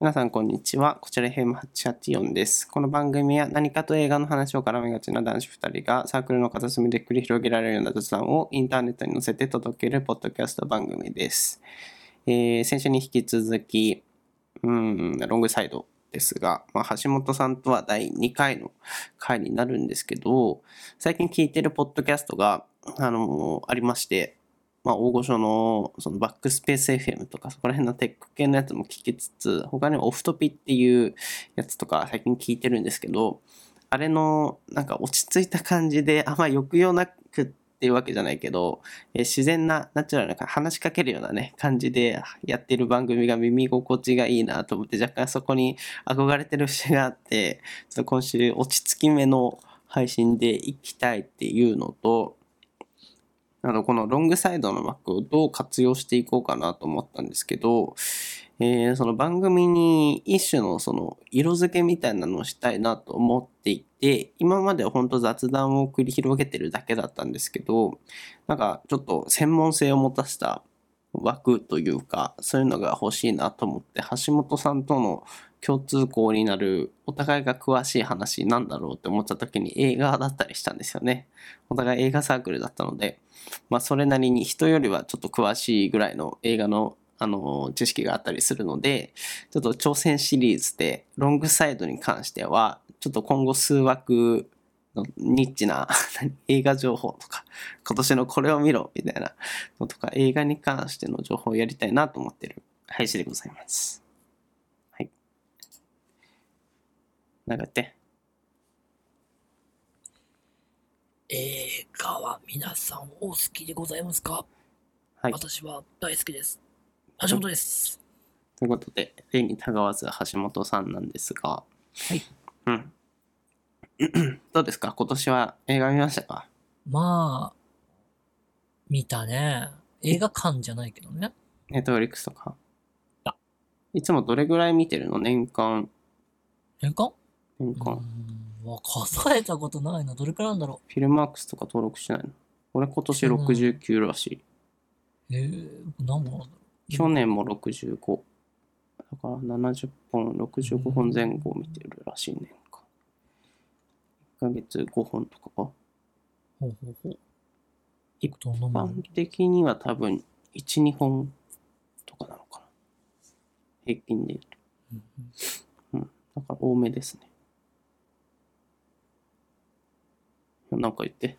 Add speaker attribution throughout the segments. Speaker 1: 皆さんこんにちは。こちら FM884 です。この番組は何かと映画の話を絡めがちな男子2人がサークルの片隅で繰り広げられるような雑談をインターネットに載せて届けるポッドキャスト番組です。えー先週に引き続き、うん、ロングサイドですが、まあ、橋本さんとは第2回の回になるんですけど、最近聞いてるポッドキャストが、あのありまして、まあ、大御所のそのバックスペース FM とかそこら辺のテック系のやつも聞きつつ他にもオフトピっていうやつとか最近聞いてるんですけどあれのなんか落ち着いた感じであんま抑揚なくっていうわけじゃないけど、えー自然なナチュラルな話しかけるようなね感じでやってる番組が耳心地がいいなと思って若干そこに憧れてる節があってちょっと今週落ち着き目の配信でいきたいっていうのとあの、このロングサイドの枠をどう活用していこうかなと思ったんですけど、えーその番組に一種のその色付けみたいなのをしたいなと思っていて、今までは本当雑談を繰り広げてるだけだったんですけど、なんかちょっと専門性を持たせた枠というか、そういうのが欲しいなと思って、橋本さんとの共通項になるお互いが詳しい話なんだろうって思った時に映画だったりしたんですよね。お互い映画サークルだったので、まあ、それなりに人よりはちょっと詳しいぐらいの映画の、あの知識があったりするのでちょっと挑戦シリーズでロングサイドに関してはちょっと今後数枠のニッチな 何映画情報とか今年のこれを見ろみたいなのとか映画に関しての情報をやりたいなと思ってる配信でございます。はい。なんかやって。
Speaker 2: 映画は皆さんお好きでございますか、
Speaker 1: はい。
Speaker 2: 私は大好きです。橋本です。
Speaker 1: ということで、例にたがわず橋本さんなんですが、
Speaker 2: い
Speaker 1: うん。 どうですか今年は映画見ましたか
Speaker 2: まあ、見たね。映画館じゃないけどね。
Speaker 1: ネットフリックスとか
Speaker 2: あ。
Speaker 1: いつもどれぐらい見てるの年間、
Speaker 2: 年間
Speaker 1: 年
Speaker 2: う
Speaker 1: 間。フ
Speaker 2: ーん。わ、数えたことないな。どれくらいなんだろ
Speaker 1: ィルマークスとか登録しないの俺今年
Speaker 2: うん
Speaker 1: 69らしい。
Speaker 2: う。えー、何本なんだろう。
Speaker 1: 去年も65。だから70本、65本前後見てるらしい年間。1ヶ月5本とかか。
Speaker 2: ほうほうほう。
Speaker 1: 一
Speaker 2: どの
Speaker 1: 一
Speaker 2: も
Speaker 1: 般
Speaker 2: ん
Speaker 1: 的には多分1、2本とかなのかな。平均で言う
Speaker 2: うん
Speaker 1: と。だから多めですね。なんか言って。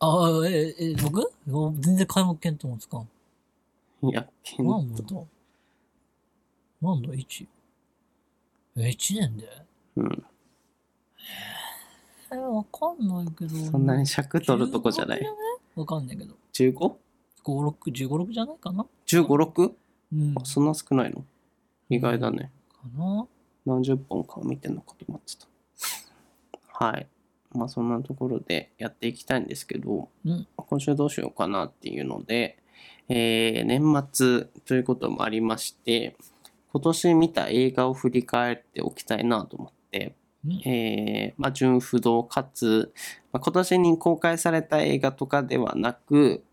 Speaker 2: あー、えー、えー、僕お全然開幕検討もつかん。
Speaker 1: いや、ケン
Speaker 2: 何本
Speaker 1: ト。
Speaker 2: だなんだ ?1? え、1年で
Speaker 1: うん。
Speaker 2: えー、わかんないけど。
Speaker 1: そんなに尺取るとこじゃな
Speaker 2: 15
Speaker 1: い。
Speaker 2: わかんないけど。
Speaker 1: 15?15、
Speaker 2: 5、6、15、6じゃないかな
Speaker 1: 6?
Speaker 2: うん。
Speaker 1: あそんな少ないの意外だね。
Speaker 2: かな
Speaker 1: 何十本かを見てんのかと思ってた。はい。まあそんなところでやっていきたいんですけど、
Speaker 2: うん
Speaker 1: 今週どうしようかなっていうので、えー年末ということもありまして、今年見た映画を振り返っておきたいなと思って、
Speaker 2: うん
Speaker 1: えーまあ、純不動かつ、まあ、今年に公開された映画とかではなく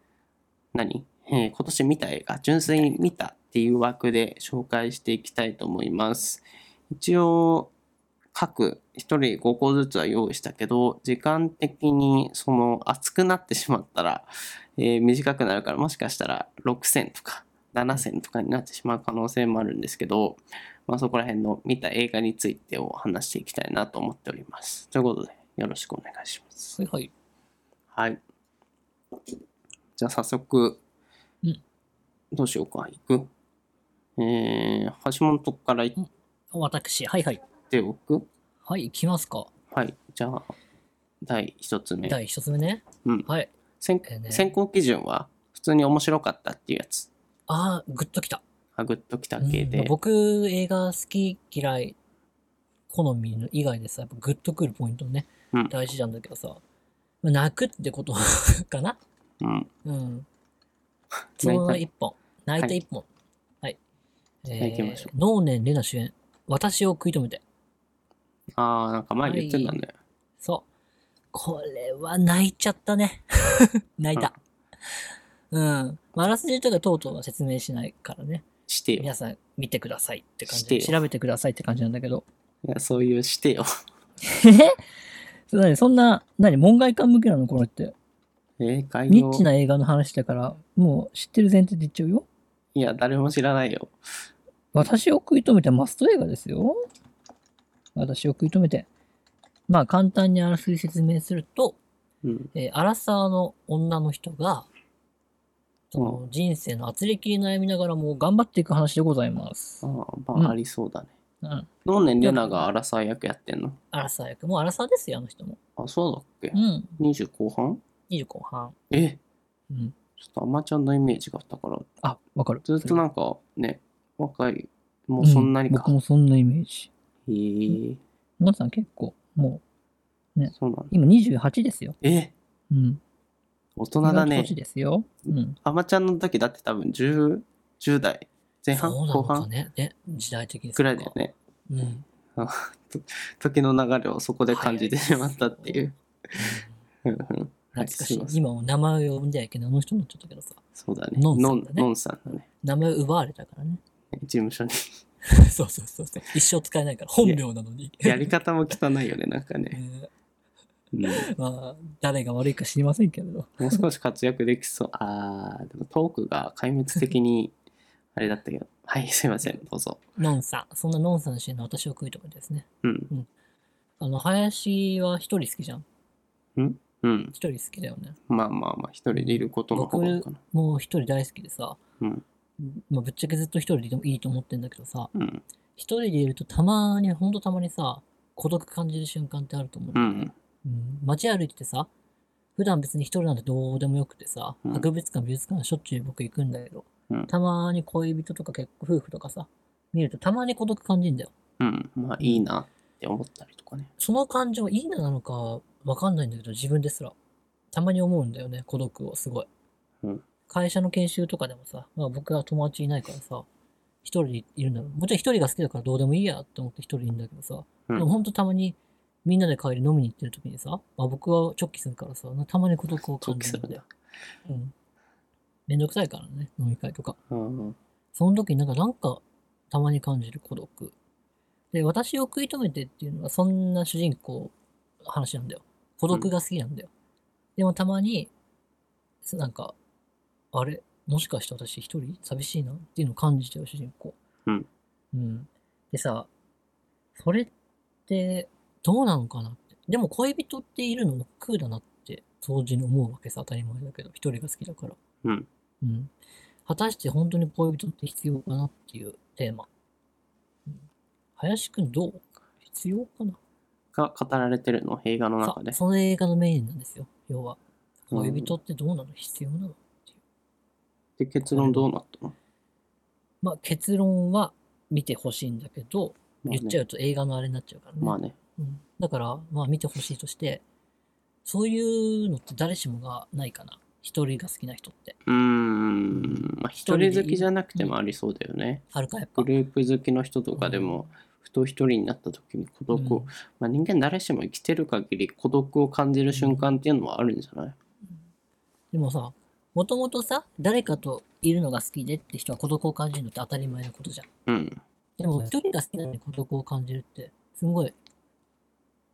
Speaker 1: 何、えー今年見た映画純粋に見たっていう枠で紹介していきたいと思います一応各1人5個ずつは用意したけど時間的にその熱くなってしまったら、えー短くなるからもしかしたら6000とか7000とかになってしまう可能性もあるんですけど、まあ、そこら辺の見た映画についてを話していきたいなと思っております。ということで、よろしくお願いします。
Speaker 2: はいはい。
Speaker 1: はい。じゃあ早速、
Speaker 2: うん
Speaker 1: どうしようか。行くえー、橋本から行っ
Speaker 2: 私、はいはい。
Speaker 1: ておく
Speaker 2: はい、行きますか。
Speaker 1: はい。じゃあ、第一つ目。
Speaker 2: 第一つ目ね。
Speaker 1: うん。
Speaker 2: はい。
Speaker 1: 選
Speaker 2: えーね
Speaker 1: 選考基準は、普通に面白かったっていうやつ。
Speaker 2: あー、グッときた。
Speaker 1: あ、グッときた
Speaker 2: うん
Speaker 1: 系で。
Speaker 2: 僕、映画好き嫌い、好みの以外でさ、やっぱグッとくるポイントね、
Speaker 1: うん
Speaker 2: 大事なんだけどさ、まあ泣くってことかな
Speaker 1: うん。
Speaker 2: うん。そ
Speaker 1: 泣い
Speaker 2: の
Speaker 1: た
Speaker 2: 一本。泣いた一本。はい。え
Speaker 1: じゃあ行きましょう
Speaker 2: 能年玲奈主演、私を食い止めて。
Speaker 1: あー、なんか前言ってたんだよ。
Speaker 2: そう。これは泣いちゃったね。 泣いた。うん。まああらすじとかとうとうは説明しないからね。
Speaker 1: してよ。
Speaker 2: 皆さん見てくださいって感
Speaker 1: して
Speaker 2: じ。
Speaker 1: よ
Speaker 2: 調べてくださいって感じなんだけど。
Speaker 1: いや、そういうしてよ。
Speaker 2: えそ何そんな、何門外観向けなのこれって。
Speaker 1: えー概
Speaker 2: ニ
Speaker 1: 要
Speaker 2: ッチな映画の話だから、もう知ってる前提で言っちゃうよ。
Speaker 1: いや、誰も知らないよ。
Speaker 2: 私を食い止めてマスト映画ですよ。私を食い止めて。まあ簡単にあらすじ説明すると、
Speaker 1: うん。
Speaker 2: えーアラサーの女の人が、その人生の圧力に悩みながらも頑張っていく話でございます
Speaker 1: あ。あ、
Speaker 2: う
Speaker 1: ま
Speaker 2: ん
Speaker 1: あ、ありそうだね。
Speaker 2: うん。
Speaker 1: どうね、レナがアラサー役やってんの
Speaker 2: アラサー役。もうアラサーですよ、あの人も。
Speaker 1: あ、そうだっけ
Speaker 2: うん。
Speaker 1: ?20 後半
Speaker 2: 20後半。
Speaker 1: え
Speaker 2: うん。
Speaker 1: ちょっとアマちゃんのイメージがあったから、
Speaker 2: あ、わかる。
Speaker 1: ずっとなんかね、若い、も
Speaker 2: そう
Speaker 1: そんなにか
Speaker 2: 僕。もそんなイメージ。
Speaker 1: へえ、
Speaker 2: 皆さん結構、もう、
Speaker 1: そうなんだ。
Speaker 2: 今28ですよ。
Speaker 1: え、
Speaker 2: うん。
Speaker 1: 大人だ
Speaker 2: 意外と
Speaker 1: ね
Speaker 2: 年。ですよ。うん。
Speaker 1: アマちゃんの時だって多分 10, 10代前半
Speaker 2: そうな
Speaker 1: 後
Speaker 2: のか
Speaker 1: 半
Speaker 2: ね。ね。時代的にそ
Speaker 1: く
Speaker 2: うから
Speaker 1: いだよね。
Speaker 2: うん。
Speaker 1: 時の流れをそこで感じてしまったっていう。うんうん
Speaker 2: 懐かしい
Speaker 1: はいすいま。せん
Speaker 2: 今も名前を呼んではいけないあの人になっちゃったけどさ、
Speaker 1: そうだね。
Speaker 2: ノンさ
Speaker 1: ノ
Speaker 2: ん
Speaker 1: ン
Speaker 2: だね
Speaker 1: ノンさんだね。
Speaker 2: 名前を奪われたからね。
Speaker 1: 事務 所に。
Speaker 2: そうそうそうそう。一生使えないから、本名なのに。
Speaker 1: や り方も汚いよね、なんか
Speaker 2: え
Speaker 1: ね。
Speaker 2: ー
Speaker 1: うん
Speaker 2: まあ、誰が悪いか知りませんけれど。
Speaker 1: もう少し活躍できそう。あー、でもトークが壊滅的に、 あれだったけど。はい、すいません、どうぞ。
Speaker 2: ノンさん。そんなノンさん主演の私を食い止めてですね。
Speaker 1: うん、
Speaker 2: あの、林は一人好きじゃん。
Speaker 1: うん。
Speaker 2: 一人好きだよね。
Speaker 1: まあまあまあ、一人でいることの方がいいかな。
Speaker 2: もう一人大好きでさ、
Speaker 1: うん。
Speaker 2: まあ、ぶっちゃけずっと一人でいてもいいと思ってんだけどさ、
Speaker 1: うん。
Speaker 2: 一人でいるとたまに、ほんとたまにさ、孤独感じる瞬間ってあると思
Speaker 1: う
Speaker 2: うんだよ
Speaker 1: ん。
Speaker 2: ね。うん街歩いててさ、普段別に一人なんてどうでもよくてさ、
Speaker 1: うん
Speaker 2: 博物館、美術館しょっちゅう僕行くんだけど、
Speaker 1: うん
Speaker 2: たまに恋人とか結婚、夫婦とかさ、見るとたまに孤独感じんだよ。
Speaker 1: うん。まあ、いいなって思ったりとかね。
Speaker 2: その感情いいななのかわかんないんだけど、自分ですら。たまに思うんだよね、孤独を、すごい。
Speaker 1: うん
Speaker 2: 会社の研修とかでもさ、まあ僕は友達いないからさ、一人でいるんだろう。もちろん一人が好きだからどうでもいいやって思って一人いるんだけどさ、
Speaker 1: うん
Speaker 2: でもほんとたまにみんなで帰り飲みに行ってる時にさ、まあ僕は直帰するからさ、たまに孤独を
Speaker 1: 直
Speaker 2: 感
Speaker 1: 帰
Speaker 2: じ
Speaker 1: す
Speaker 2: る
Speaker 1: る
Speaker 2: ん
Speaker 1: ん
Speaker 2: だ
Speaker 1: だ
Speaker 2: よ。。うん。めんどくさいからね、飲み会とか。
Speaker 1: うん。
Speaker 2: その時になんか、なんか、たまに感じる孤独。で、私を食い止めてっていうのは、そんな主人公、話なんだよ。孤独が好きなんだよ。でもたまに、すなんか、あれもしかして私一人寂しいなっていうのを感じちゃう主人公。
Speaker 1: うん。
Speaker 2: うん。でさ、それって、どうなのかなって。でも恋人っているの億劫だなって、当時に思うわけさ、当たり前だけど、一人が好きだから。
Speaker 1: うん。
Speaker 2: うん。果たして本当に恋人って必要かなっていうテーマ。うん、林くんどう必要かな
Speaker 1: が語られてるの、映画の
Speaker 2: さ
Speaker 1: 中で。
Speaker 2: その映画のメインなんですよ、要は。
Speaker 1: うん
Speaker 2: 恋人ってどうなの必要なの
Speaker 1: で、結論どうなったの
Speaker 2: まあ結論は見てほしいんだけど、
Speaker 1: まあ
Speaker 2: 言っちゃ
Speaker 1: ね。
Speaker 2: うと映画のあれになっちゃうからね。
Speaker 1: まあね。
Speaker 2: うん、だから、まあ見てほしいとして、そういうのって誰しもがないかな。一人が好きな人って。
Speaker 1: うーん。まあ、一人好きじゃなくてもありそうだよね。
Speaker 2: あるかやっぱ
Speaker 1: グ。ループ好きの人とかでも、ふと一人になった時に孤独を、
Speaker 2: うん
Speaker 1: まあ、人間誰しも生きてる限り孤独を感じる瞬間っていうのはあるんじゃない
Speaker 2: でもさ、もともとさ、誰かといるのが好きでって人は孤独を感じるのって当たり前のことじゃん。
Speaker 1: うん。
Speaker 2: でも、一人が好きなのに孤独を感じるって、すごい、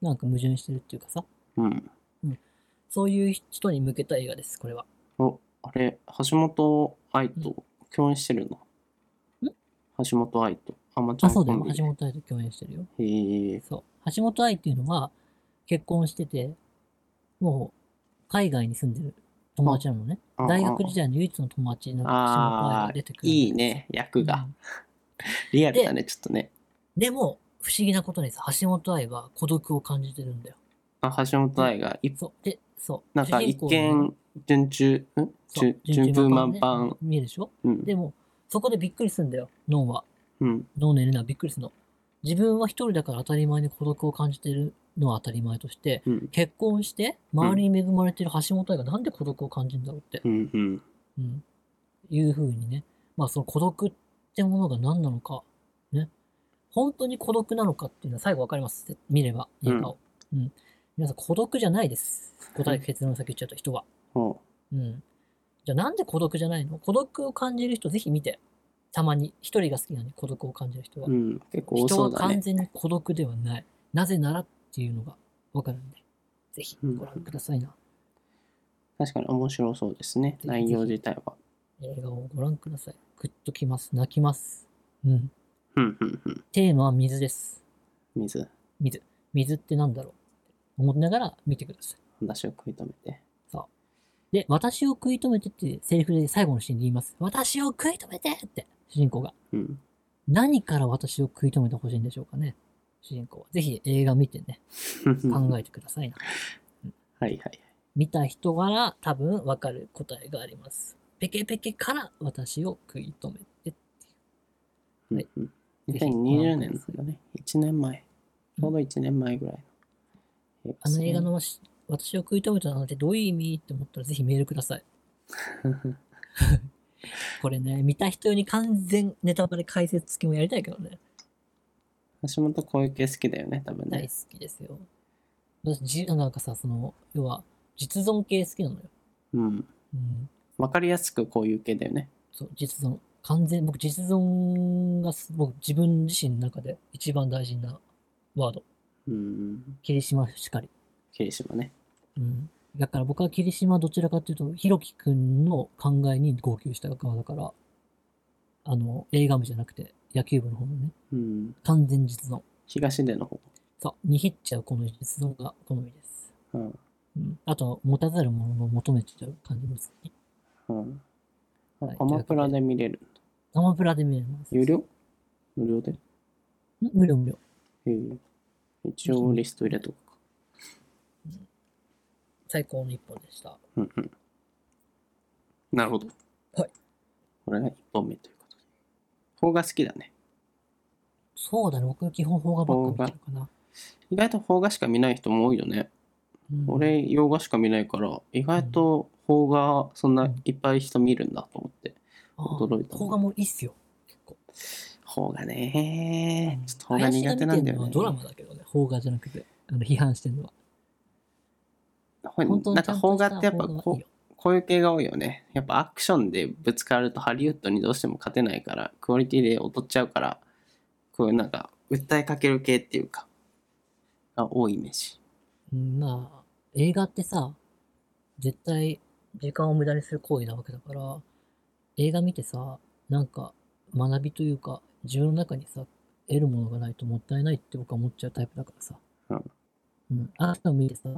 Speaker 2: なんか矛盾してるっていうかさ、
Speaker 1: うん。
Speaker 2: そういう人に向けた映画です、これは。
Speaker 1: お、あれ、橋本愛と共演してるの、橋本愛とアマちゃ
Speaker 2: あ、
Speaker 1: ん
Speaker 2: そ
Speaker 1: コ
Speaker 2: うだよ
Speaker 1: ン。ビで
Speaker 2: 橋。本愛と共演してるよ。
Speaker 1: へえ。
Speaker 2: そう。橋本愛っていうのは、結婚してて、もう、海外に住んでる友達なのね。
Speaker 1: あ
Speaker 2: 大学時
Speaker 1: 代
Speaker 2: 代の唯一の友達の橋本愛
Speaker 1: あ
Speaker 2: が
Speaker 1: あ
Speaker 2: 出てくるんだけどさ。
Speaker 1: いいね、役
Speaker 2: うん
Speaker 1: が。リアルだね、ちょっとね。
Speaker 2: でも、不思議なことにさ、橋本愛は孤独を感じてるんだよ。
Speaker 1: あ橋本愛が一、
Speaker 2: そう。で、そう。
Speaker 1: なんか
Speaker 2: 主人
Speaker 1: 一
Speaker 2: 公の
Speaker 1: 見、順中、ん
Speaker 2: そう
Speaker 1: 順順風満
Speaker 2: ね
Speaker 1: 帆。
Speaker 2: 見えるでしょ
Speaker 1: うん。
Speaker 2: でも、そこでびっくりするんだよ、ノンは。
Speaker 1: うん。
Speaker 2: ノンのエレナはびっくりするの。自分は一人だから当たり前に孤独を感じてるのは当たり前として、
Speaker 1: うん。
Speaker 2: 結婚して、周りに恵まれてる橋本愛がなんで孤独を感じるんだろうって、
Speaker 1: うん。うん。
Speaker 2: うん。いうふうにね。まあ、その孤独ってものが何なのか、ね。本当に孤独なのかっていうのは最後わかります。見れば、映画を。うん。皆さん、孤独じゃないです。答え、結論先言っちゃうと人は。
Speaker 1: も
Speaker 2: うん。じゃあなんで孤独じゃないの孤独を感じる人ぜひ見て。たまに一人が好きなのに孤独を感じる人は、
Speaker 1: うん、結構多
Speaker 2: 人
Speaker 1: そ
Speaker 2: は
Speaker 1: うだ
Speaker 2: 完
Speaker 1: ね。
Speaker 2: 全に孤独ではないなぜならっていうのがわかるんでぜひ
Speaker 1: うん
Speaker 2: ご覧くださいな、
Speaker 1: 確かに面白そうですね。
Speaker 2: ひぜひ
Speaker 1: 内容自体は。
Speaker 2: 映画をご覧くださいグッときます泣きますうん
Speaker 1: うんうんうん。
Speaker 2: テーマは水です
Speaker 1: 水、
Speaker 2: 水水ってなんだろうって思いながら見てください
Speaker 1: 私を食い止めて。
Speaker 2: で、私を食い止めてってセリフで最後のシーンで言います。私を食い止めてって、主人公が。
Speaker 1: うん。
Speaker 2: 何から私を食い止めてほしいんでしょうかね、主人公は。ぜひ映画見てね、 考えてくださいな。
Speaker 1: はいはい。
Speaker 2: 見た人から多分わかる答えがあります。ペケペケから私を食い止めて。はい
Speaker 1: うんうん、
Speaker 2: ぜひ
Speaker 1: 2020年なんだね。1年前。ちょうど1年前ぐらいの映画
Speaker 2: あ
Speaker 1: です
Speaker 2: の
Speaker 1: ね
Speaker 2: 映 画のもし私を食い止めたなんてどういう意味って思ったらぜひメールください。これね、見た人に完全ネタバレ解説付きもやりたいけどね。
Speaker 1: 橋本こういう系好きだよね、多分
Speaker 2: 大
Speaker 1: ね
Speaker 2: 好。きですよ。私、じなんかさ、その、要は、実存系好きなのよ。
Speaker 1: うん。
Speaker 2: うん。
Speaker 1: わかりやすくこういう系だよね。
Speaker 2: そう、実存。完全、僕、実存がす、僕、自分自身の中で一番大事なワード。
Speaker 1: うん。
Speaker 2: 霧島しかり。
Speaker 1: 霧島ね。
Speaker 2: うん。だから僕は霧島どちらかというと、ひろきくんの考えに号泣した側だから、あの、映画部じゃなくて、野球部の方のね、
Speaker 1: うん。
Speaker 2: 完全実存。
Speaker 1: 東出の方。
Speaker 2: そう、にひっちゃうこの実存が好みです。
Speaker 1: うん。
Speaker 2: うん。あと、持たざるものを求めちゃう感じも好き。
Speaker 1: うん。あ
Speaker 2: はい
Speaker 1: アマプラで見れる。
Speaker 2: アマプラで見れます。
Speaker 1: 有料無料で。
Speaker 2: ん無料無料。
Speaker 1: ええ一応リスト入れとくか。
Speaker 2: 最高の一本でした。
Speaker 1: うんうん。なるほど。
Speaker 2: はい。
Speaker 1: これが1本目ということで。邦画好きだね。
Speaker 2: そうだね、僕基本邦画ばっか見てるかな。
Speaker 1: 意外と邦画しか見ない人も多いよね。
Speaker 2: うん、
Speaker 1: 俺、洋画しか見ないから、意外と邦画、そんないっぱい人見るんだと思って。
Speaker 2: ああ
Speaker 1: 驚いた
Speaker 2: 邦画もいいっすよ。結構。
Speaker 1: 邦画ね
Speaker 2: うん
Speaker 1: ちょっと邦画苦手なんだよね
Speaker 2: 林。が見てるのはドラマだけどね、邦画じゃなくて、あの批判してるのは。
Speaker 1: ほんなんか邦画ってやっぱ
Speaker 2: 邦画
Speaker 1: こ
Speaker 2: はいいうよ
Speaker 1: こういう系が多いよね。やっぱアクションでぶつかるとハリウッドにどうしても勝てないから、クオリティで劣っちゃうから、こういうなんか訴えかける系っていうか、が多いイメージ。
Speaker 2: うんまあ、映画ってさ、絶対時間を無駄にする行為なわけだから、映画見てさ、なんか学びというか、自分の中にさ、得るものがないともったいないって僕は思っちゃうタイプだからさ。
Speaker 1: うん。
Speaker 2: うん。あなたを見てさ、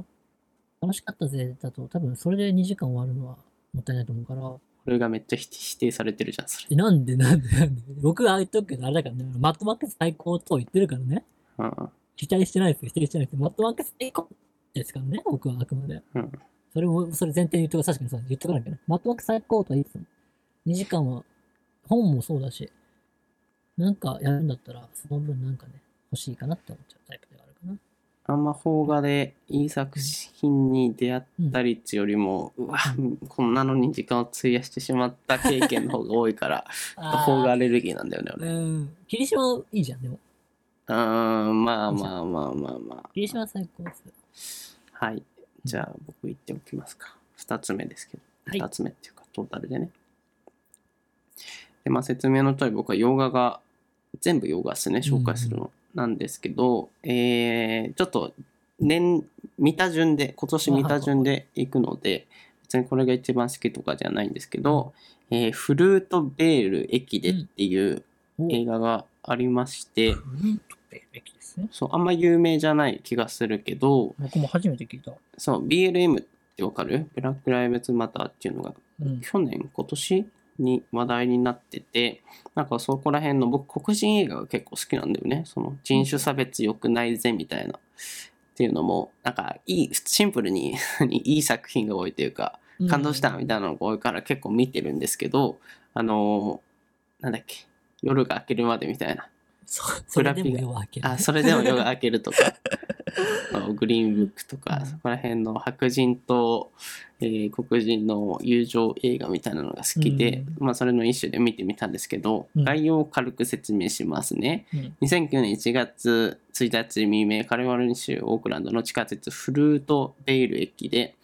Speaker 2: 楽しかったぜだと、多分それで2時間終わるのはもったいないと思うから、
Speaker 1: これがめっちゃ否否定されてるじゃん、それ。
Speaker 2: えなんでなんでなんで 僕が言っとくけど、あれだからね、マットマックス最高と言ってるからね。
Speaker 1: うん。
Speaker 2: 期待してないですよ、否定してないですよ。マットマックス最高ですからね、僕はあくまで。
Speaker 1: うん
Speaker 2: それを、それ前提に言っとか、確かにさ、言っとかなきゃね。マットマックス最高とはいいですよ。2時間は、本もそうだし、なんかやるんだったら、その分なんかね、欲しいかなって思っちゃうタイプではあるかな。
Speaker 1: あんま邦画でいい作品に出会ったりっちよりも、うわ、こんなのに時間を費やしてしまった経験の方が多いから、邦画アレルギーなんだよね、
Speaker 2: う
Speaker 1: 俺。
Speaker 2: ん。霧島いいじゃん、でも。
Speaker 1: うーん、まあまあまあまあまあ。
Speaker 2: 霧島最高ですよ。
Speaker 1: はい。じゃあ僕言っておきますか。2つ目ですけど。
Speaker 2: はい
Speaker 1: 2つ目っていうか、トータルでね。で、まあ説明の通り僕は洋画が、全部洋画ですね、紹介するの。なんですけど、えー、ちょっと年、見た順で、今年見た順でいくので、別にこれが一番好きとかじゃないんですけど、えーフルートベール駅でっていう
Speaker 2: お
Speaker 1: 映画がありまして、
Speaker 2: うん、とべべきですね。
Speaker 1: そう、あんま有名じゃない気がするけど、
Speaker 2: 僕も初めて聞いた。
Speaker 1: そう、BLM ってわかるブラック・ライブズ・マターっていうのが、
Speaker 2: うん。
Speaker 1: 去年、今年に話題になってて、なんかそこら辺の、僕、黒人映画が結構好きなんだよね。その人種差別良くないぜみたいな。っていうのも、なんか、いい、シンプルに いい作品が多いというか、感動したみたいなのが多いから結構見てるんですけど、あのーなんだっけ、夜が明けるまでみたいな。
Speaker 2: そそれでも夜は明ける。
Speaker 1: あ、それでも夜が明ける とか、あのグリーンブックとか
Speaker 2: う、ん
Speaker 1: そこら辺の白人と、えー黒人の友情映画みたいなのが好きで、まあそれの一種で見てみたんですけど、
Speaker 2: うん
Speaker 1: 概要を軽く説明しますね。
Speaker 2: うん
Speaker 1: 2009年1月1日未明、カリフォルニア州オークランドの地下鉄フルートベイル駅で、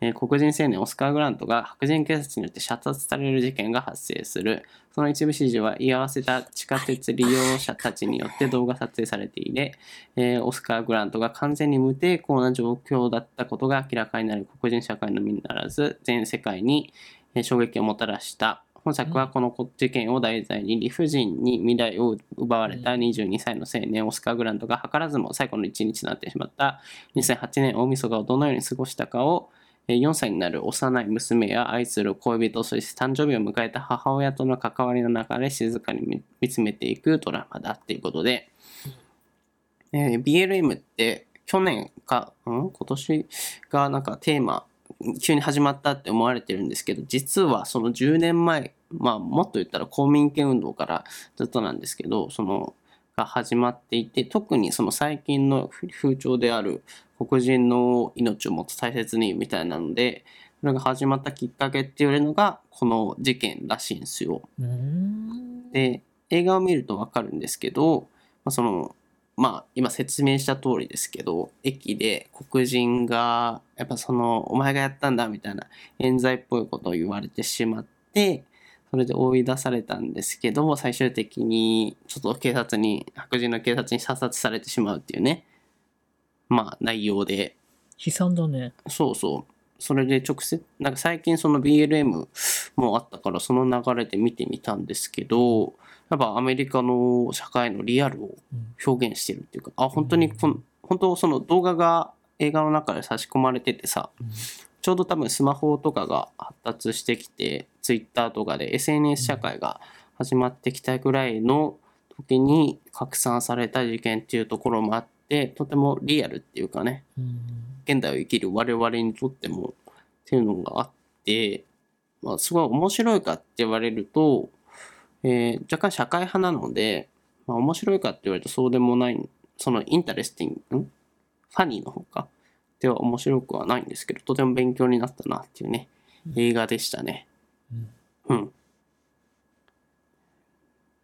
Speaker 1: えー黒人青年オスカー・グラントが白人警察によって射殺される事件が発生するその一部始終は居合わせた地下鉄利用者たちによって動画撮影されていて、えーオスカー・グラントが完全に無抵抗な状況だったことが明らかになる黒人社会のみならず全世界にえー衝撃をもたらした本作はこの事件を題材に理不尽に未来を奪われた22歳の青年オスカー・グラントが図らずも最後の一日となってしまった2008年大晦日をどのように過ごしたかをえー4歳になる幼い娘や愛する恋人そして誕生日を迎えた母親との関わりの中で静かに見見つめていくドラマだっていうことで、えー BLM って去年か、うん、今年がなんかテーマ急に始まったって思われてるんですけど実はその10年前まあもっと言ったら公民権運動からずっとなんですけどそのが始まっていて特にその最近の風潮である黒人の命をもっと大切にみたいなのでそれが始まったきっかけって言われるのがこの事件らしいんですよ。
Speaker 2: うーん。
Speaker 1: で映画を見ると分かるんですけど、まあ、そのまあ今説明した通りですけど駅で黒人がやっぱその「お前がやったんだ」みたいな冤罪っぽいことを言われてしまってそれで追い出されたんですけども最終的にちょっと警察に白人の警察に射殺されてしまうっていうねまあ内容で
Speaker 2: 悲惨だね。
Speaker 1: そうそう。それで直接、なんか最近その BLM もあったから、その流れで見てみたんですけど、やっぱアメリカの社会のリアルを
Speaker 2: うん
Speaker 1: 表現してるっていうか、あ、本当にこん、本当その動画が映画の中で差し込まれててさ、
Speaker 2: うん
Speaker 1: ちょうど多分スマホとかが発達してきて、Twitter とかで SNS 社会が始まってきたぐらいの時に拡散された事件っていうところもあって、とてもリアルっていうかね、
Speaker 2: うん。
Speaker 1: 現代を生きる我々にとってもっていうのがあって、まあ、すごい面白いかって言われると、えー若干社会派なので、まあ、面白いかって言われるとそうでもないそのインタレスティングんファニーの方かでは面白くはないんですけどとても勉強になったなっていうね
Speaker 2: うん
Speaker 1: 映画でしたねう
Speaker 2: うん
Speaker 1: ん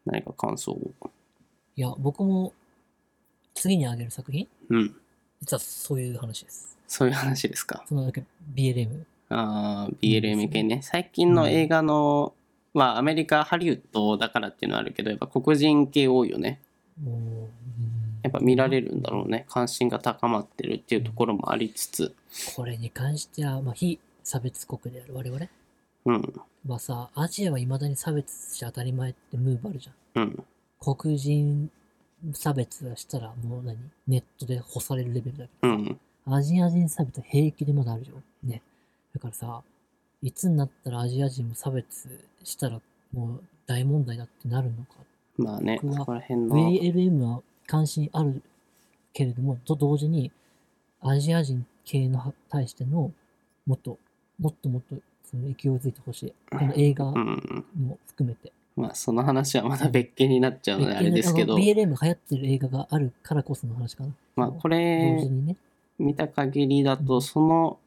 Speaker 1: 何か感想を
Speaker 2: いや、僕も次にあげる作品、
Speaker 1: うん
Speaker 2: 実はそういう話です。
Speaker 1: そういう話ですか
Speaker 2: そのだけ BLM。
Speaker 1: ああ、
Speaker 2: いいですね
Speaker 1: BLM 系ね。最近の映画の、まあアメリカ、ハリウッドだからっていうのはあるけど、やっぱ黒人系多いよね。
Speaker 2: もう
Speaker 1: やっぱ見られるんだろうね。関心が高まってるっていうところもありつつ。
Speaker 2: これに関しては、まあ、非差別国である我々
Speaker 1: うん、
Speaker 2: はさ、アジアはいまだに差別して当たり前ってムーブあるじゃん。
Speaker 1: うん、
Speaker 2: 黒人差別がしたらもう何ネットで干されるレベルだけ
Speaker 1: うん、
Speaker 2: ど、アジア人差別は平気でまだあるじゃん。ね。だからさ、いつになったらアジア人も差別したらもう大問題だってなるのか。
Speaker 1: まあね、
Speaker 2: 僕は
Speaker 1: そこら辺の、
Speaker 2: VLM は関心あるけれども、と同時に、アジア人系のは対しての、もっと、もっともっとその勢いづいてほしい。この映画
Speaker 1: うん、
Speaker 2: も含めて。
Speaker 1: まあその話はまだ別件になっちゃうのであれですけど、
Speaker 2: 別件のあの BLM 流行ってる映画があるからこその話かな。
Speaker 1: まあこ
Speaker 2: 同
Speaker 1: れ
Speaker 2: 時、にね。
Speaker 1: 見た限りだと、その、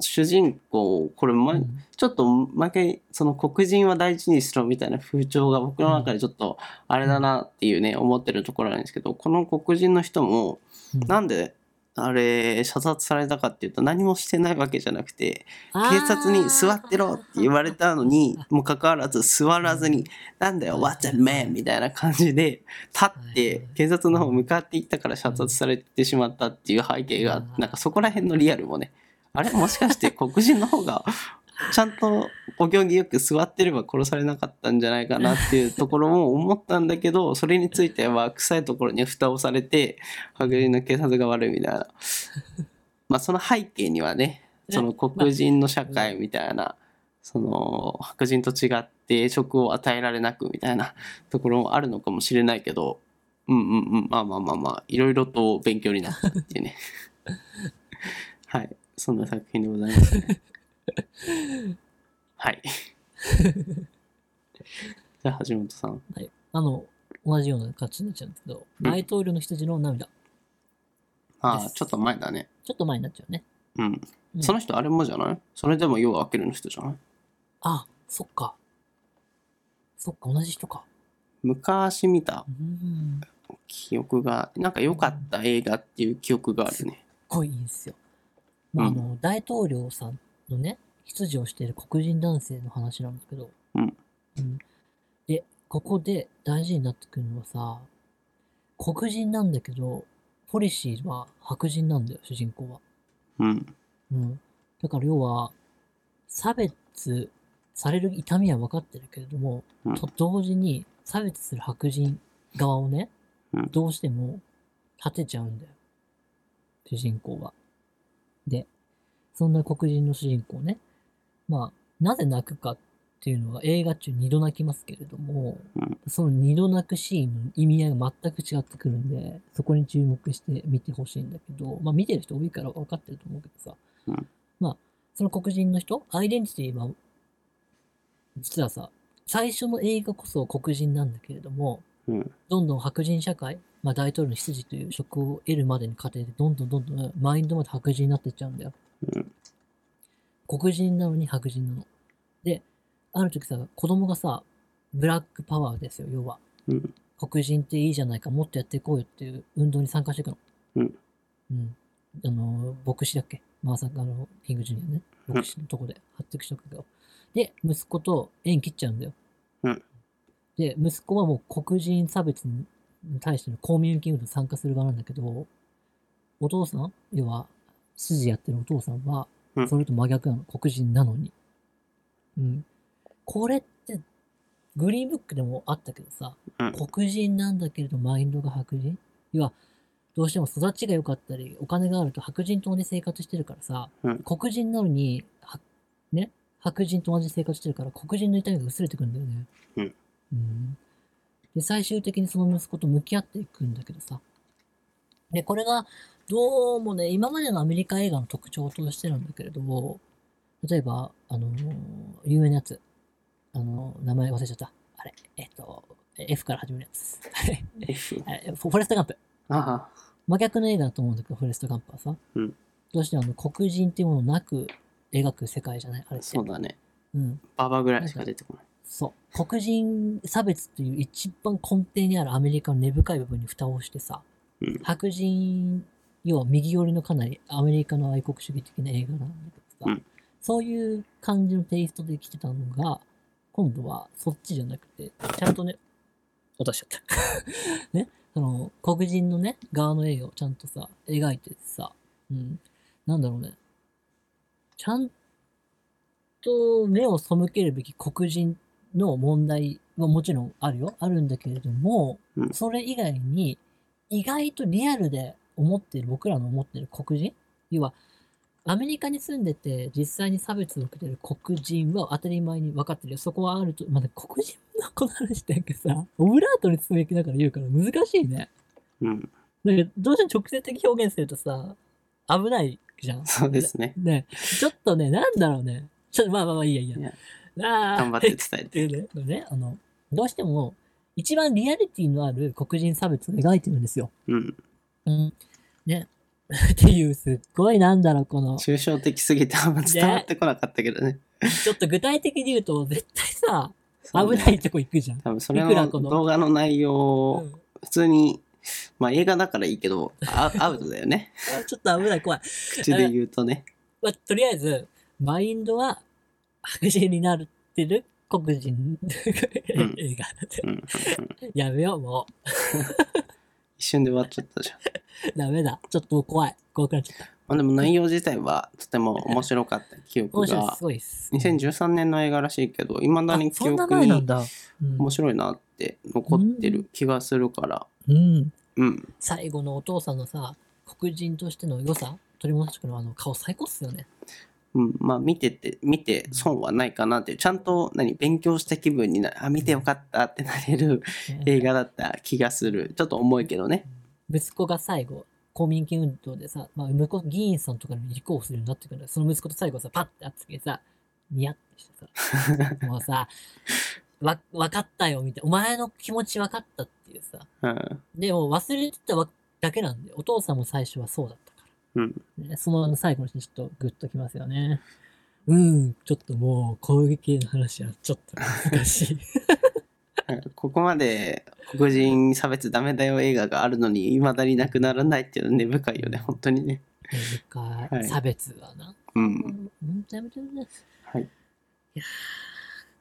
Speaker 1: 主人公、これ、
Speaker 2: う
Speaker 1: ま、
Speaker 2: ん
Speaker 1: ちょっと毎回その黒人は大事にしろみたいな風潮が僕の中でちょっとあれだなっていうね思ってるところなんですけどこの黒人の人もなんであれ射殺されたかっていうと何もしてないわけじゃなくて警察に座ってろって言われたのにもかかわらず座らずになんだよ What's a man みたいな感じで立って警察の方向かっていったから射殺されてしまったっていう背景がなんかそこら辺のリアルもねあれもしか して黒人の方がちゃんとお行儀よく座ってれば殺されなかったんじゃないかなっていうところも思ったんだけ どそれについては臭いところに蓋をされて白人の警察が悪いみたい なまあその背景にはねその黒人の社会みたいなその白人と違って職を与えられなくみたいなところもあるのかもしれないけどうんうんうんまあまあまあまあいろいろと勉強になったっていうねはいそんな作品でございますね はいじゃあ橋本さん
Speaker 2: あの、同じような感じになっちゃうんですけど、
Speaker 1: うん
Speaker 2: 大統領の羊の涙。
Speaker 1: あ
Speaker 2: で
Speaker 1: あ
Speaker 2: す
Speaker 1: ちょっと前だね
Speaker 2: ちょっと前になっちゃうね。
Speaker 1: うん
Speaker 2: うん
Speaker 1: その人あれもじゃないそれでも夜は明けるの人じゃない
Speaker 2: あ、そっか。そっか、同じ人か。
Speaker 1: 昔見た
Speaker 2: うん。
Speaker 1: 記憶がなんか良かった映画っていう記憶があるね
Speaker 2: すっごいいいんですよ。まあ、あ
Speaker 1: うん
Speaker 2: の、大統領さんのね、執事をしている黒人男性の話なんだけど、
Speaker 1: うん
Speaker 2: うんで、ここで大事になってくるのはさ、黒人なんだけど、ポリシーは白人なんだよ、主人公は。
Speaker 1: うん。
Speaker 2: うん。だから要は、差別される痛みは分かってるけれども、
Speaker 1: うん
Speaker 2: と同時に差別する白人側をね、
Speaker 1: うん
Speaker 2: どうしても立てちゃうんだよ。主人公は。で、そんな黒人の主人公ね、まあ、なぜ泣くかっていうのは映画中二度泣きますけれども、
Speaker 1: うん
Speaker 2: その二度泣くシーンの意味合いが全く違ってくるんで、そこに注目して見てほしいんだけど、まあ見てる人多いから分かってると思うけどさ、その黒人の人、アイデンティティは、実はさ、最初の映画こそ黒人なんだけれども、
Speaker 1: うん。
Speaker 2: どんどん白人社会、まあ、大統領の執事という職を得るまでの過程で、どんどんどんどんマインドまで白人になってっちゃうんだよ。
Speaker 1: うん
Speaker 2: 黒人なのに白人なの。で、ある時さ、子供がさ、ブラックパワーですよ、要は。
Speaker 1: うん。
Speaker 2: 黒人っていいじゃないか、もっとやっていこうよっていう運動に参加していくの。
Speaker 1: うん。
Speaker 2: うん。あの、牧師だっけまさかの、キングジュニアね。
Speaker 1: ん
Speaker 2: 牧師のとこで発着職業。で、息子と縁切っちゃうんだよ。
Speaker 1: うん。
Speaker 2: で、息子はもう黒人差別に対しての公民権運動に参加する側なんだけど、お父さん要は、筋やってるお父さんは
Speaker 1: う、ん
Speaker 2: それと真逆なの。黒人なのに。うん。これって、グリーンブックでもあったけどさ、
Speaker 1: うん。
Speaker 2: 黒人なんだけれどマインドが白人要はどうしても育ちが良かったりお金があると白人と同じ生活してるからさ、
Speaker 1: うん
Speaker 2: 黒人なのにはね白人と同じ生活してるから黒人の痛みが薄れてくんだよね
Speaker 1: うん、
Speaker 2: うんで最終的にその息子と向き合っていくんだけどさでこれがどうもね今までのアメリカ映画の特徴としてなんだけれども例えばあの有名なやつあの名前忘れちゃったあれえっと F から始めるやつ
Speaker 1: F。
Speaker 2: あれフォフォレストガンプ
Speaker 1: ああ。
Speaker 2: 真逆の映画だと思うんだけど、フォレストガンプはさ。
Speaker 1: うん
Speaker 2: どうしてもあの黒人っていうものをなく描く世界じゃないあれって。
Speaker 1: そうだね。
Speaker 2: うん。
Speaker 1: ババぐらいしか出てこない。
Speaker 2: そう。黒人差別という一番根底にあるアメリカの根深い部分に蓋をしてさ、
Speaker 1: うん
Speaker 2: 白人、要は右寄りのかなりアメリカの愛国主義的な映画なんだけどさ、
Speaker 1: うん
Speaker 2: そういう感じのテイストで来てたのが、今度はそっちじゃなくて、ちゃんとね、落としちゃった。 ね、その黒人のね、側の映画をちゃんとさ、描いててさ、うん、なんだろうね、ちゃんと目を背けるべき黒人の問題はもちろんあるよ。あるんだけれども、
Speaker 1: うん
Speaker 2: それ以外に、意外とリアルで思ってる、僕らの思ってる黒人要は、アメリカに住んでて、実際に差別を受けてる黒人は当たり前に分かってるよ。そこはあると、まだ黒人のこの話だけどさ、オブラートに包みきながら言うから難しいね。
Speaker 1: うん。
Speaker 2: だけど、どうしても直接的表現するとさ、危ないじゃん。
Speaker 1: そうです ね。
Speaker 2: ね、ちょっとね、なんだろうね。ちょっとまあまあまあいいやいいや。
Speaker 1: いや
Speaker 2: ああ、
Speaker 1: 頑張って伝え
Speaker 2: って
Speaker 1: て。
Speaker 2: いうのね、あの、どうしても、一番リアリティのある黒人差別を描いてるんですよ。
Speaker 1: うん。
Speaker 2: うん。ね。 っていう、すっごいなんだろう、この、ち
Speaker 1: 抽象的すぎてあんま伝わってこなかったけどね。
Speaker 2: ょっと具体的に言うと、絶対さ、
Speaker 1: そう
Speaker 2: 危
Speaker 1: ね
Speaker 2: ないとこ行くじゃん。
Speaker 1: 多分それ
Speaker 2: いくら
Speaker 1: の
Speaker 2: この
Speaker 1: 動画の内容
Speaker 2: う
Speaker 1: を
Speaker 2: ん、
Speaker 1: 普通に、まあ映画だからいいけど、ア アウトだよね。
Speaker 2: あちょっと危ない、怖い。
Speaker 1: 口で言うとね。
Speaker 2: まあ、とりあえず、マインドは白人になってる黒人、
Speaker 1: うん
Speaker 2: 映画だって。
Speaker 1: うんうんうん
Speaker 2: やめよう、も
Speaker 1: 一瞬で終わっちゃったじゃん。
Speaker 2: う。ダメだ。ちょっともう怖い。怖くなっちゃった。
Speaker 1: まあでも内容自体はとても面白かった記憶
Speaker 2: 面白い
Speaker 1: が
Speaker 2: す、ごいっす。
Speaker 1: 2013年の映画らしいけど、いまだに
Speaker 2: あ
Speaker 1: 記
Speaker 2: そんな
Speaker 1: 憶
Speaker 2: 前なん
Speaker 1: に
Speaker 2: だ。うん
Speaker 1: 面白いなって残ってる気がするから、
Speaker 2: うん。
Speaker 1: うん、
Speaker 2: 最後のお父さんのさ黒人としての良さ取り戻してくのあの顔最高っすよね
Speaker 1: うん、まあ見てて、見て損はないかなって、ちゃんと何、勉強した気分になる、あ、見てよかったってなれる映画だった気がする。ちょっと重いけどね。
Speaker 2: 息子が最後公民権運動でさ、まあ、向こう議員さんとかに立候補するようになってくるんだけどその息子と最後さパッて会ってきてさニヤッてし てさもうさわ分かったよみたいなお前の気持ち分かったっていうさ
Speaker 1: うん、
Speaker 2: でも忘れてたわだけなんでお父さんも最初はそうだったから
Speaker 1: うん、
Speaker 2: ね、その最後のシーンちょっとグッときますよね。うん、ちょっともう攻撃の話はちょっと難し い。
Speaker 1: なんか ここまで黒人差別ダメだよ映画があるのにいまだになくならないっていうのは根深いよね本当にね
Speaker 2: 難
Speaker 1: はい
Speaker 2: 差別はな。
Speaker 1: うん。
Speaker 2: うん、やめてくださ
Speaker 1: は
Speaker 2: い。
Speaker 1: い。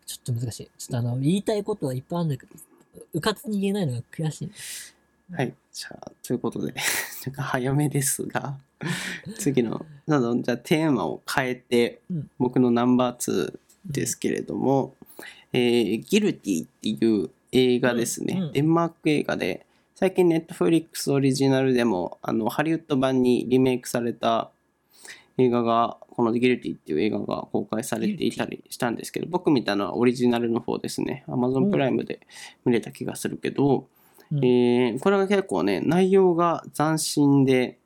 Speaker 2: ちょっと難しい。ちょっとあの、言いたいことはいっぱいあるんだけど、うかつに言えないのが悔しい。
Speaker 1: はい。じゃあ、ということで、 なんか早めですが、次の、など、じゃあテーマを変えて、
Speaker 2: うん
Speaker 1: 僕のナンバー2ですけれども、えーギルティっていう映画ですね、
Speaker 2: うんうん
Speaker 1: デンマーク映画で、最近ネットフリックスオリジナルでも、あの、ハリウッド版にリメイクされた映画が、このギルティっていう映画が公開されていたりしたんですけど、僕見たのはオリジナルの方ですね。Amazon プライムで見れた気がするけど、
Speaker 2: うん
Speaker 1: えーこれが結構ね内容が斬新で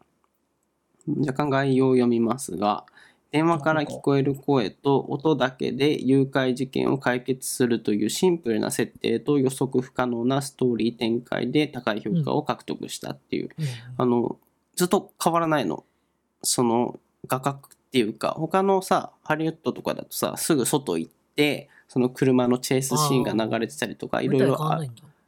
Speaker 1: 若干概要を読みますが電話から聞こえる声と音だけで誘拐事件を解決するというシンプルな設定と予測不可能なストーリー展開で高い評価を獲得したっていう、
Speaker 2: うん
Speaker 1: あのずっと変わらないのその画角っていうか他のさハリウッドとかだとさすぐ外行ってその車のチェイスシーンが流れてたりとかいろいろあ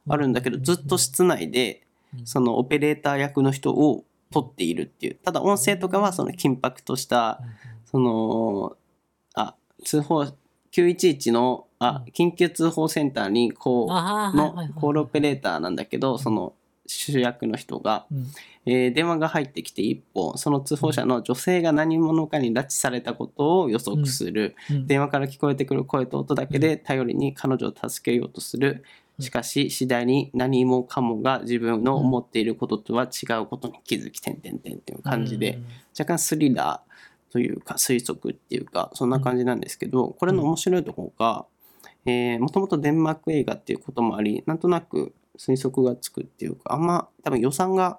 Speaker 1: あるんだけどずっと、室内で
Speaker 2: うん
Speaker 1: そのオペレーター役の人を撮っているっていうただ音声とかはその緊迫としたそのあ通報911のあ
Speaker 2: うん
Speaker 1: 緊急通報センターにこ
Speaker 2: あ
Speaker 1: うのコールオペレーターなんだけどその主役の人が、
Speaker 2: うん
Speaker 1: えー電話が入ってきて一本その通報者の女性が何者かに拉致されたことを予測する、
Speaker 2: うん
Speaker 1: 電話から聞こえてくる声と音だけで頼りに彼女を助けようとする
Speaker 2: うん
Speaker 1: しかし次第に何もかもが自分の思っていることとは違うことに気づき点々点っていう感じで、若干スリラーというか推測っていうかそんな感じなんですけどこれの面白いところがもともとデンマーク映画っていうこともありなんとなく推測がつくっていうかあんま多分予算が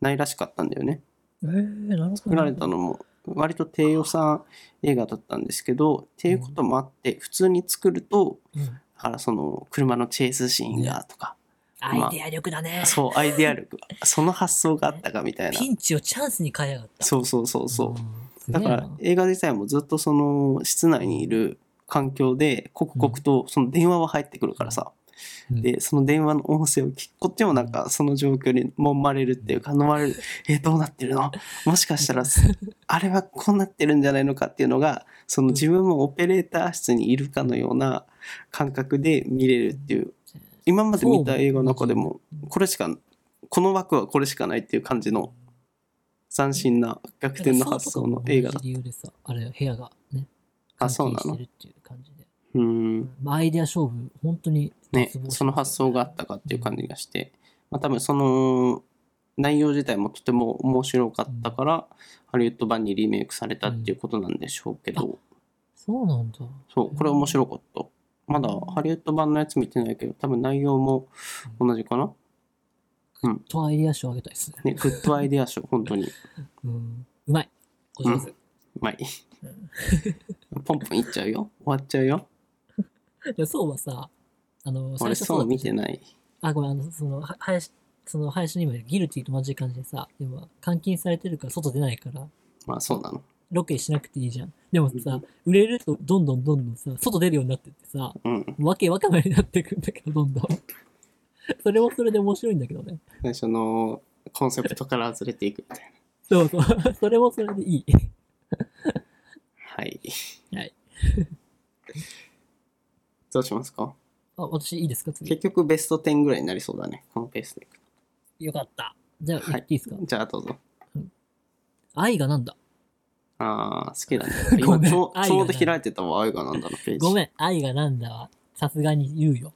Speaker 1: ないらしかったんだよね。
Speaker 2: えー、なるほど。
Speaker 1: 作られたのも割と低予算映画だったんですけどっていうこともあって普通に作ると
Speaker 2: うん
Speaker 1: だからその車のチェイスシーンがとか、
Speaker 2: アイデア力だね。
Speaker 1: そうアイデア力その発想があったかみたいな
Speaker 2: ピンチをチャンスに変えやがった。
Speaker 1: そうそうそうそ
Speaker 2: んす
Speaker 1: う
Speaker 2: げ
Speaker 1: だ
Speaker 2: え
Speaker 1: か
Speaker 2: な
Speaker 1: ら映画自体もずっとその室内にいる環境で刻々とその電話は入ってくるからさ、
Speaker 2: うん
Speaker 1: でその電話の音声を聞くこっちもなんかその状況にもまれるっていうか飲ま れるえどうなってるのもしかしたらあれはこうなってるんじゃないのかっていうのがその自分もオペレーター室にいるかのような感覚で見れるっていう今まで見た映画の中でもこれしかこの枠はこれしかないっていう感じの斬新な逆転の発想の映画だ
Speaker 2: だ理由でさ、あれ、部屋がね、
Speaker 1: あそうなの
Speaker 2: 換気してるっていう感じで。
Speaker 1: うん
Speaker 2: まあ、アイデア勝負、本当に
Speaker 1: ね
Speaker 2: 絶望し、ます
Speaker 1: その発想があったかっていう感じがして、まあ、多分その内容自体もとても面白かったから、ハリウッド版にリメイクされたっていうことなんでしょうけど、
Speaker 2: そうなんだ。
Speaker 1: そうこれ面白かったまだハリウッド版のやつ見てないけど多分内容も同じかな、
Speaker 2: とアイデア賞あげたいですね。
Speaker 1: ね、グッドアイデア 賞本当にう
Speaker 2: うんうまい。お上手。
Speaker 1: まいポンポンいっちゃうよ終わっちゃうよ
Speaker 2: いや、そうはさ、あの、最
Speaker 1: 俺
Speaker 2: 初そう
Speaker 1: そ
Speaker 2: だ
Speaker 1: う
Speaker 2: った
Speaker 1: 見
Speaker 2: じ
Speaker 1: て
Speaker 2: ゃん
Speaker 1: ない
Speaker 2: あ、ごめん、あの、その、は林、その、林にもギルティと同じ感じでさ、でも、監禁されてるから外出ないから、
Speaker 1: まあそうなの
Speaker 2: ロケしなくていいじゃん。でもさ、売れるとどんどんどんどんさ、外出るようになってってさ、
Speaker 1: うん
Speaker 2: わけわかんないようになってくんだけど、どんど ん。それはそれで面白いんだけどね。
Speaker 1: 最初のコンセプトから外れていくみたいな
Speaker 2: そう そう。それもそれでいい。
Speaker 1: はい
Speaker 2: はい。
Speaker 1: どうしますか
Speaker 2: あ、私いいですか次。
Speaker 1: 結局ベスト10ぐらいになりそうだねこのペースでいく
Speaker 2: よかった。じゃあ、
Speaker 1: はい
Speaker 2: 言っていいですか、
Speaker 1: とじゃあどうぞ
Speaker 2: 愛がなんだ
Speaker 1: あー好きなんだ
Speaker 2: ご
Speaker 1: 今
Speaker 2: めん
Speaker 1: ちょ
Speaker 2: 愛
Speaker 1: ちょ
Speaker 2: が
Speaker 1: う
Speaker 2: な
Speaker 1: ど
Speaker 2: い
Speaker 1: 開いてたわ愛がなんだのページ
Speaker 2: ごめん、愛がなんだは、さすがに言うよ。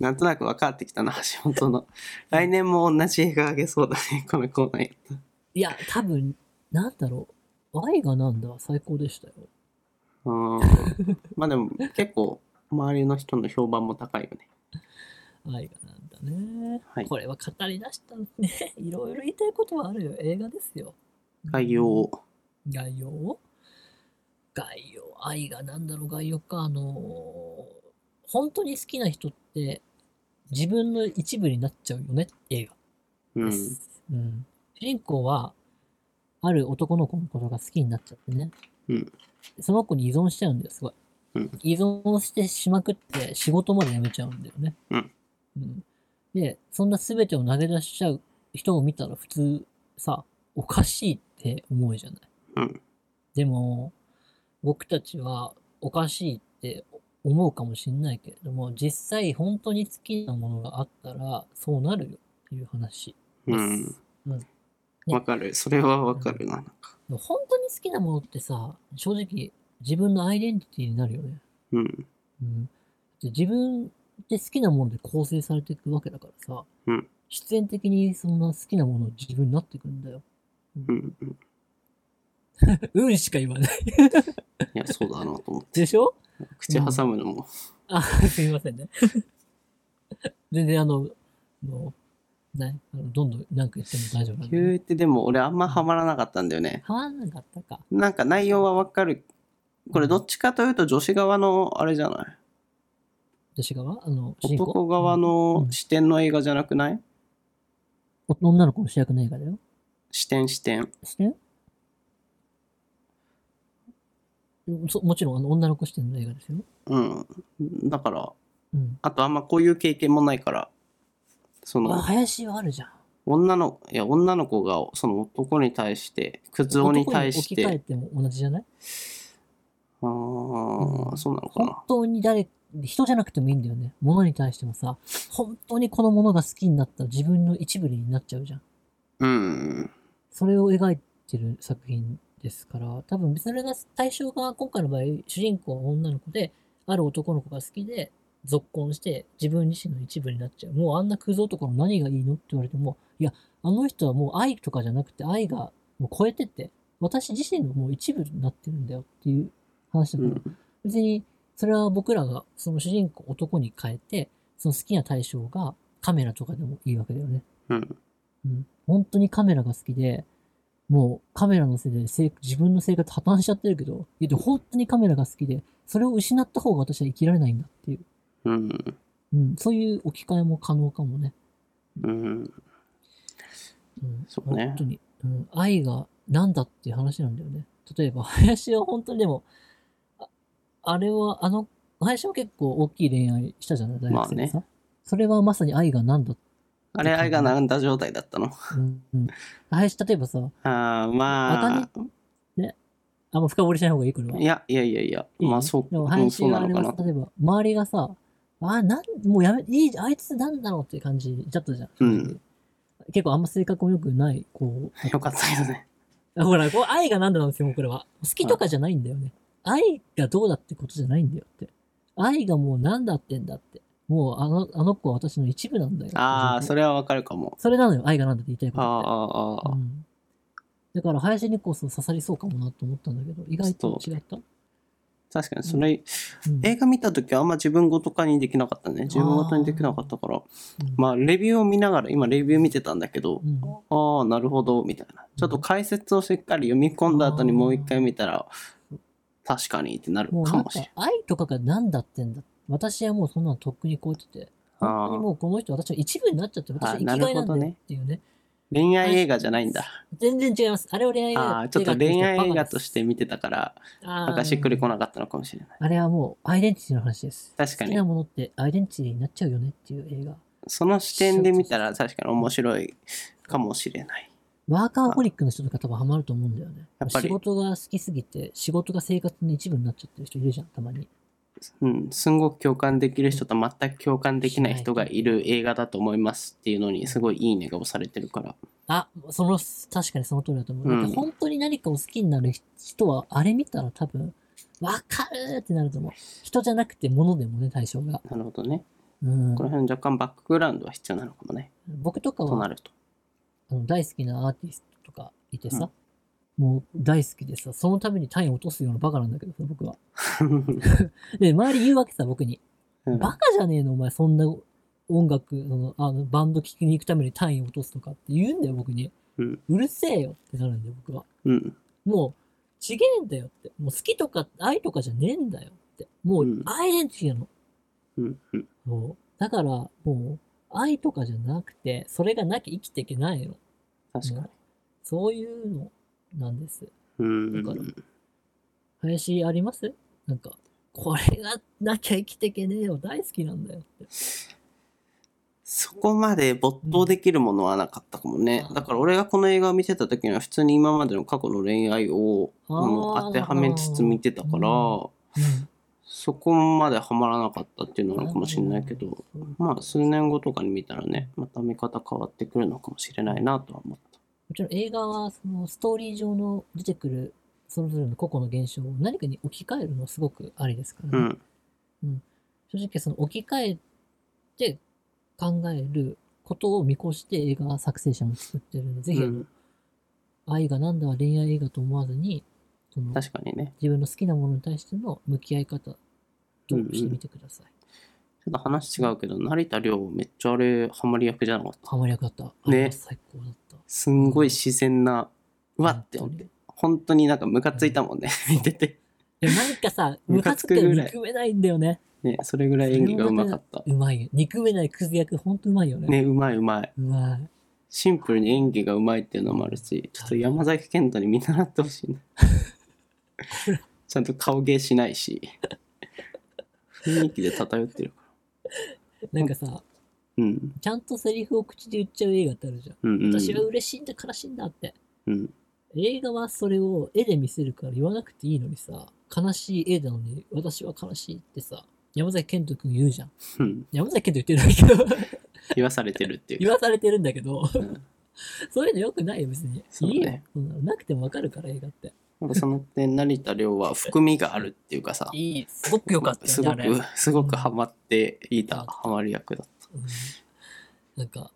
Speaker 1: なんとなく分かってきたな橋本の来年も同じ映画あげそうだねこのコーナーやった
Speaker 2: いや、多分、なんだろう。愛がなんだは最高でしたよ。
Speaker 1: うー んまあでも結構周りの人の評判も高いよね
Speaker 2: 愛がなんだね。
Speaker 1: はい
Speaker 2: これは語り出したね。 いろいろ言いたいことはあるよ。映画ですよ。
Speaker 1: 概要を
Speaker 2: 概要概要愛が何だろう概要かあのー本当に好きな人って自分の一部になっちゃうよね映
Speaker 1: う
Speaker 2: 画
Speaker 1: ん
Speaker 2: です、うん主人公はある男の子のことが好きになっちゃってね、
Speaker 1: うん
Speaker 2: その子に依存しちゃうんだよすごい、
Speaker 1: うん
Speaker 2: 依存してしまくって仕事まで辞めちゃうんだよね、
Speaker 1: うん
Speaker 2: うんでそんな全てを投げ出しちゃう人を見たら普通さおかしいってって思うじゃない。
Speaker 1: うん
Speaker 2: でも、僕たちはおかしいって思うかもしんないけれども、実際本当に好きなものがあったら、そうなるよっていう話です。
Speaker 1: うん
Speaker 2: うんで
Speaker 1: わかるそれはわかるななんか
Speaker 2: も本当に好きなものってさ、正直自分のアイデンティティになるよね。
Speaker 1: うん
Speaker 2: うん、で自分って好きなもので構成されていくわけだからさ、
Speaker 1: うん
Speaker 2: 必然的にそんな好きなもの自分になっていくんだよ。
Speaker 1: うんうん
Speaker 2: うんしか言わない。
Speaker 1: いやそうだなと思って
Speaker 2: でしょ
Speaker 1: 口挟むのも
Speaker 2: あ、すみませんね。 全然あの、もう、ない、あのどんどん何か言っても大丈夫なんで。
Speaker 1: 言うてでも俺あんまハマらなかったんだよね
Speaker 2: 変わんなかったか。
Speaker 1: なんか内容はわかるこれどっちかというと女子側のあれじゃない
Speaker 2: 私側あの、主人公
Speaker 1: 男側、の視点の映画じゃなくない
Speaker 2: うん女の子の主役の映画だよ。
Speaker 1: 視点視点
Speaker 2: してそもちろんあの女の子視点の映画ですよ。
Speaker 1: うんだから
Speaker 2: うん。
Speaker 1: あとあんまこういう経験もないからそ
Speaker 2: あ、
Speaker 1: の
Speaker 2: 林はあるじゃん。
Speaker 1: 女のいや女の子がその男に対してクズ男に対し
Speaker 2: 男
Speaker 1: て
Speaker 2: に置き換えても同じじゃない
Speaker 1: あーそうなのか
Speaker 2: 本
Speaker 1: な
Speaker 2: 当に誰、人じゃなくてもいいんだよね。物に対してもさ、本当にこのものが好きになったら自分の一部になっちゃうじゃん。
Speaker 1: うん
Speaker 2: それを描いてる作品ですから、多分それが対象が今回の場合、主人公は女の子で、ある男の子が好きで、続婚して自分自身の一部になっちゃう。もうあんなクズ男の何がいいのって言われても、いや、あの人はもう愛とかじゃなくて愛がもう超えてて、私自身のもう一部になってるんだよっていう話だ
Speaker 1: う
Speaker 2: から、
Speaker 1: ん
Speaker 2: 別にそれは僕らがその主人公を男に変えて、その好きな対象がカメラとかでもいいわけだよね。
Speaker 1: うん
Speaker 2: うん、本当にカメラが好きで、もうカメラのせいでせい自分の生活破綻しちゃってるけど、いやでも本当にカメラが好きで、それを失った方が私は生きられないんだっていう、
Speaker 1: うん
Speaker 2: うん、そういう置き換えも可能かもね。
Speaker 1: うん
Speaker 2: うん、
Speaker 1: そうね
Speaker 2: 本当に、うん、愛が何だっていう話なんだよね。例えば、林は本当にでも、ああれは、あの、林は結構大きい恋愛したじゃない、大学生でさ。それはまさに愛が何だって、
Speaker 1: あれ愛がなんだ状態だったの
Speaker 2: うんうん、林、例えばさ、
Speaker 1: ああま
Speaker 2: あんま深掘りしない方がいい、これは
Speaker 1: あい。やいやいやいやまあそう
Speaker 2: でも
Speaker 1: うん
Speaker 2: 林
Speaker 1: そうな
Speaker 2: はあ
Speaker 1: の
Speaker 2: れ
Speaker 1: か
Speaker 2: は
Speaker 1: な
Speaker 2: さ例えば、周りがさ、あ、なん、もうやめ、いい、あいつなんだろうっていう感じだったじゃん。
Speaker 1: うん
Speaker 2: 結構あんま性格も良くない、こう。
Speaker 1: よかったよね
Speaker 2: あほら、こう愛が何だなんですよ、僕らは。好きとかじゃないんだよね。愛がどうだってことじゃないんだよって。愛がもう何だってんだって。もうあの、あの子は私の一部なんだよ。
Speaker 1: ああそ
Speaker 2: れ。
Speaker 1: れはわかるかも
Speaker 2: それなのよ、愛が何だって言いたいこ
Speaker 1: あ
Speaker 2: とって。
Speaker 1: ああ
Speaker 2: う
Speaker 1: あ
Speaker 2: ん、だから、林にこそ刺さりそうかもなと思ったんだけど、意外と違った。
Speaker 1: 確かにそれ
Speaker 2: うん
Speaker 1: 映画見た時はあんま自分ごと化にできなかったね自分ごとにできなかったから
Speaker 2: うん
Speaker 1: まあレビューを見ながら今レビュー見てたんだけど、
Speaker 2: うん
Speaker 1: ああなるほどみたいなちょっと解説をしっかり読み込んだ後にもう一回見たら確かにってなる
Speaker 2: もう
Speaker 1: か
Speaker 2: なん
Speaker 1: も
Speaker 2: か
Speaker 1: しれない
Speaker 2: 愛とかが何だってんだ私はもうそんなのとっくに超えてて本当にもうこの人私の一部になっちゃって私は生きがいなんだよっていうね
Speaker 1: 恋愛映画じゃないんだ
Speaker 2: 全然違いますあれを恋愛映
Speaker 1: あ
Speaker 2: 画
Speaker 1: あちょっと恋愛映画として見てたから
Speaker 2: な
Speaker 1: なんかしっくりこなかったのかもしれない
Speaker 2: あれはもうアイデンティティの話です
Speaker 1: 確か
Speaker 2: 好き
Speaker 1: に
Speaker 2: なものってアイデンティティになっちゃうよねっていう映画
Speaker 1: その視点で見たら確かに面白いかもしれない
Speaker 2: ワーカーホリックの人とか多分ハマると思うんだよね
Speaker 1: やっぱり
Speaker 2: 仕事が好きすぎて仕事が生活の一部になっちゃってる人いるじゃんたまに
Speaker 1: うんすんごく共感できる人と全く共感できない人がいる映画だと思いますっていうのにすごいいいねが押されてるから
Speaker 2: あ、その、確かにその通りだと思う。
Speaker 1: うん
Speaker 2: なんか本当に何かを好きになる人は、あれ見たら多分、わかるってなると思う。人じゃなくて物でもね、対象が。
Speaker 1: なるほどね
Speaker 2: うん
Speaker 1: こ。の辺若干バックグラウンドは必要なのかもね
Speaker 2: 僕とか
Speaker 1: と
Speaker 2: は
Speaker 1: な、ると
Speaker 2: あの大好きなアーティストとかいてさ、もう大好きでさ、そのために単位落とすようなバカなんだけどさ、僕は。で、周り言うわけさ、僕
Speaker 1: う
Speaker 2: に。
Speaker 1: ん
Speaker 2: バカじゃねえの、お前、そんな音楽、その、あの、バンド聴きに行くために単位落とすとかって言うんだよ、僕に。
Speaker 1: うん
Speaker 2: うるせえよってなるんだよ、僕は。
Speaker 1: うん
Speaker 2: もう、ちげえんだよって。もう好きとか愛とかじゃねえんだよって。も
Speaker 1: う
Speaker 2: うんアイデンティティなの。
Speaker 1: うんうん
Speaker 2: そうだから、もう、愛とかじゃなくて、それがなきゃ生きていけないの。
Speaker 1: 確か
Speaker 2: もうそういうのなんです。
Speaker 1: にう
Speaker 2: だから
Speaker 1: ん
Speaker 2: 林ありますなんか、これがなきゃ生きていけねえよ。大好きなんだよって。
Speaker 1: そこまで没頭できるものはなかったかもね
Speaker 2: う。ん
Speaker 1: だから俺がこの映画を見てた時には普通に今までの過去の恋愛をあ
Speaker 2: あー
Speaker 1: の当てはめつつ見てたから、
Speaker 2: うん
Speaker 1: そこまでハマらなかったっていうのはあるかもしれないけど、まあ数年後とかに見たらね、また見方変わってくるのかもしれないなとは思った。
Speaker 2: もちろん映画はそのストーリー上の出てくるそれぞれの個々の現象を何かに置き換えるのはすごくありですから
Speaker 1: う
Speaker 2: ね。
Speaker 1: ん。
Speaker 2: 正直その置き換えて考えることを見越して映画作成者も作ってるんで、ぜひ、あ
Speaker 1: う
Speaker 2: の
Speaker 1: ん
Speaker 2: 愛が何だは恋愛映画と思わずに、その
Speaker 1: 確かにね。
Speaker 2: 自分の好きなものに対しての向き合い方としてみてくださ
Speaker 1: ち
Speaker 2: い。
Speaker 1: ょっと話違うけど、成田凌めっちゃあれハマり役じゃなかった。
Speaker 2: ハマり役だった。あ
Speaker 1: ね
Speaker 2: れは最高だった。
Speaker 1: すんごい自然な、うわって思
Speaker 2: 本
Speaker 1: っ
Speaker 2: 当に
Speaker 1: て。本当になんかムカついたもんね、 見てて。
Speaker 2: でもなんかさ、
Speaker 1: ム
Speaker 2: ム
Speaker 1: カ
Speaker 2: カ
Speaker 1: つ
Speaker 2: つ
Speaker 1: くぐ
Speaker 2: くけ
Speaker 1: らい
Speaker 2: ど憎めないんだよね。
Speaker 1: ね、それぐらい演技がうまかった。
Speaker 2: うまいよ。憎めないクズ役、ほんとうまいよね。
Speaker 1: ね、うまいうまい。
Speaker 2: うまい。
Speaker 1: シンプルに演技がうまいっていうのもあるし、ちょっと山崎賢人に見習ってほしいな。 ちゃんと顔芸しないし、雰囲気で漂ってるか
Speaker 2: なんかさ、
Speaker 1: ら。うん、
Speaker 2: ちゃんとセリフを口で言っちゃう映画ってあるじゃん。
Speaker 1: うん、うん。
Speaker 2: 私は嬉しいんだ、悲しいんだって。
Speaker 1: うん、
Speaker 2: 映画はそれを絵で見せるから言わなくていいのにさ、悲しい絵なのに、私は悲しいってさ、山崎賢人くん言うじゃん。
Speaker 1: うん。
Speaker 2: 山崎賢人言ってる んだけど、
Speaker 1: 言わされてるっていう
Speaker 2: 言わされてるんだけど、
Speaker 1: うん
Speaker 2: そういうのよくないよ、別に。
Speaker 1: そうね
Speaker 2: いいよ。そんなのなくてもわかるから、映画って。
Speaker 1: なんかその点、成田凌は含みがあるっていうかさ、
Speaker 2: いい。すごく良かった
Speaker 1: す
Speaker 2: よね、
Speaker 1: ご
Speaker 2: あれ。
Speaker 1: く、すごくハマっていた、ハマる役だった。
Speaker 2: うんなんか、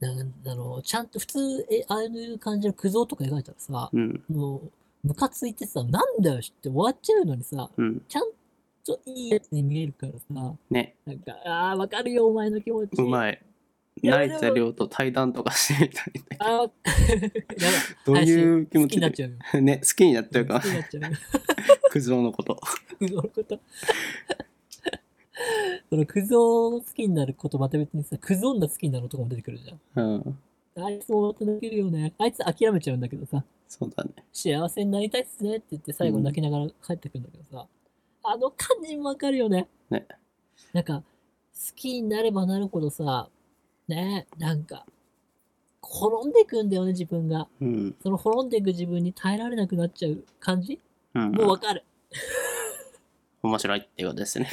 Speaker 2: なんだろう、ちゃんと普通、え、ああいう感じのクズ男とか描いたらさ、
Speaker 1: うん、
Speaker 2: もう、ムカついてさ、なんだよって終わっちゃうのにさ、
Speaker 1: うん。
Speaker 2: ちゃんといいやつに見えるからさ、
Speaker 1: ね、
Speaker 2: なんか、ああ、わかるよ、お前の気持ち。
Speaker 1: うまい。
Speaker 2: いやで
Speaker 1: 成
Speaker 2: も
Speaker 1: 田凌と対談とかしてみたいんだけど。
Speaker 2: ああ、や
Speaker 1: どういう気
Speaker 2: ば
Speaker 1: 持
Speaker 2: い。好き
Speaker 1: ち
Speaker 2: になっ
Speaker 1: で
Speaker 2: ちゃうよ。
Speaker 1: ね、好きになっちゃうか
Speaker 2: 好
Speaker 1: ら
Speaker 2: きになっちゃうよ。
Speaker 1: クズ男のこと。
Speaker 2: クズ男のこと。 そのクズ男を好きになることまた別にさ、クズ女好きになる男も出てくるじゃん。
Speaker 1: うん。
Speaker 2: あいつもまた泣けるよね。あいつ諦めちゃうんだけどさ、
Speaker 1: そうだね。
Speaker 2: 幸せになりたいっすねって言って最後泣きながら帰ってくるんだけどさ、あの感じもわかるよね。
Speaker 1: ね
Speaker 2: なんか、好きになればなるほどさ、ねなんか、転んでくんだよね、自分が。
Speaker 1: うん。
Speaker 2: その滅んでいく自分に耐えられなくなっちゃう感じ
Speaker 1: うん。
Speaker 2: もうわかる。
Speaker 1: 面白いっていうことですね。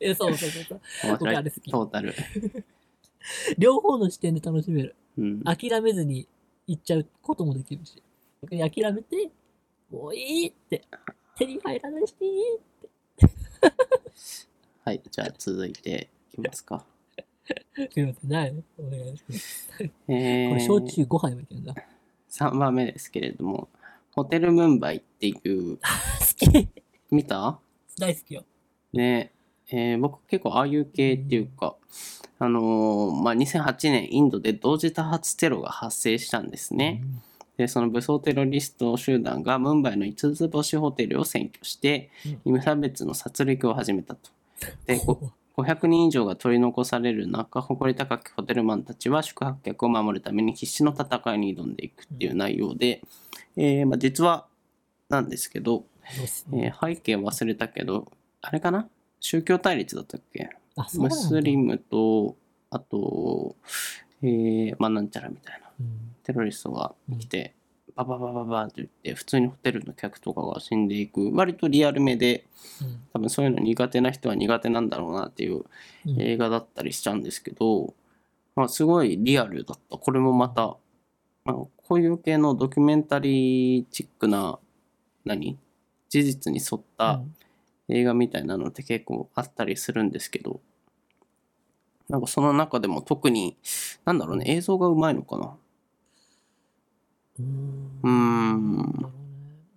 Speaker 2: え、そうそうそうそう。
Speaker 1: 面白
Speaker 2: 僕あ
Speaker 1: い
Speaker 2: れ好。き
Speaker 1: トータル。
Speaker 2: 両方の視点で楽しめる。
Speaker 1: うん。
Speaker 2: 諦めずに行っちゃうこともできるし。逆に諦めて、もういいって、手に入らないし、
Speaker 1: はい。じゃあ続いていきますか。
Speaker 2: すいません、ないお願いします。
Speaker 1: え
Speaker 2: これ、焼
Speaker 1: ー、
Speaker 2: 酎5杯もいけるんだ。
Speaker 1: 3番目ですけれども、ホテルムンバイっていう、
Speaker 2: 好き
Speaker 1: 見た
Speaker 2: 大好きよ。
Speaker 1: ね。えー僕結構ああいう系っていうか、あのーまあ、2008年インドで同時多発テロが発生したんですね。でその武装テロリスト集団がムンバイの5つ星ホテルを占拠して
Speaker 2: う
Speaker 1: 無差別の殺戮を始めたと。で
Speaker 2: ほ
Speaker 1: こ500人以 上が取り残される中誇り高きホテルマンたちは宿泊客を守るために必死の戦いに挑んでいくっていう内容で、えーまあ、実はなんですけど、
Speaker 2: どうし
Speaker 1: えー背景忘れたけどあれかな宗教対立だったっけ
Speaker 2: あ、そう
Speaker 1: ム
Speaker 2: なん
Speaker 1: ス
Speaker 2: だ。
Speaker 1: リムとあと、えーまあ、なんちゃらみたいな
Speaker 2: うん
Speaker 1: テロリストが来て、ババババババって言って普通にホテルの客とかが死んでいく割とリアルめで
Speaker 2: うん
Speaker 1: 多分そういうの苦手な人は苦手なんだろうなっていう
Speaker 2: うん
Speaker 1: 映画だったりしちゃうんですけど、まあ、すごいリアルだったこれもまたあのこういう系のドキュメンタリーチックな何事実に沿った
Speaker 2: うん
Speaker 1: 映画みたいなのって結構あったりするんですけどなんかその中でも特になんだろうね映像がうまいのかな
Speaker 2: うーん
Speaker 1: うーん
Speaker 2: なるほどね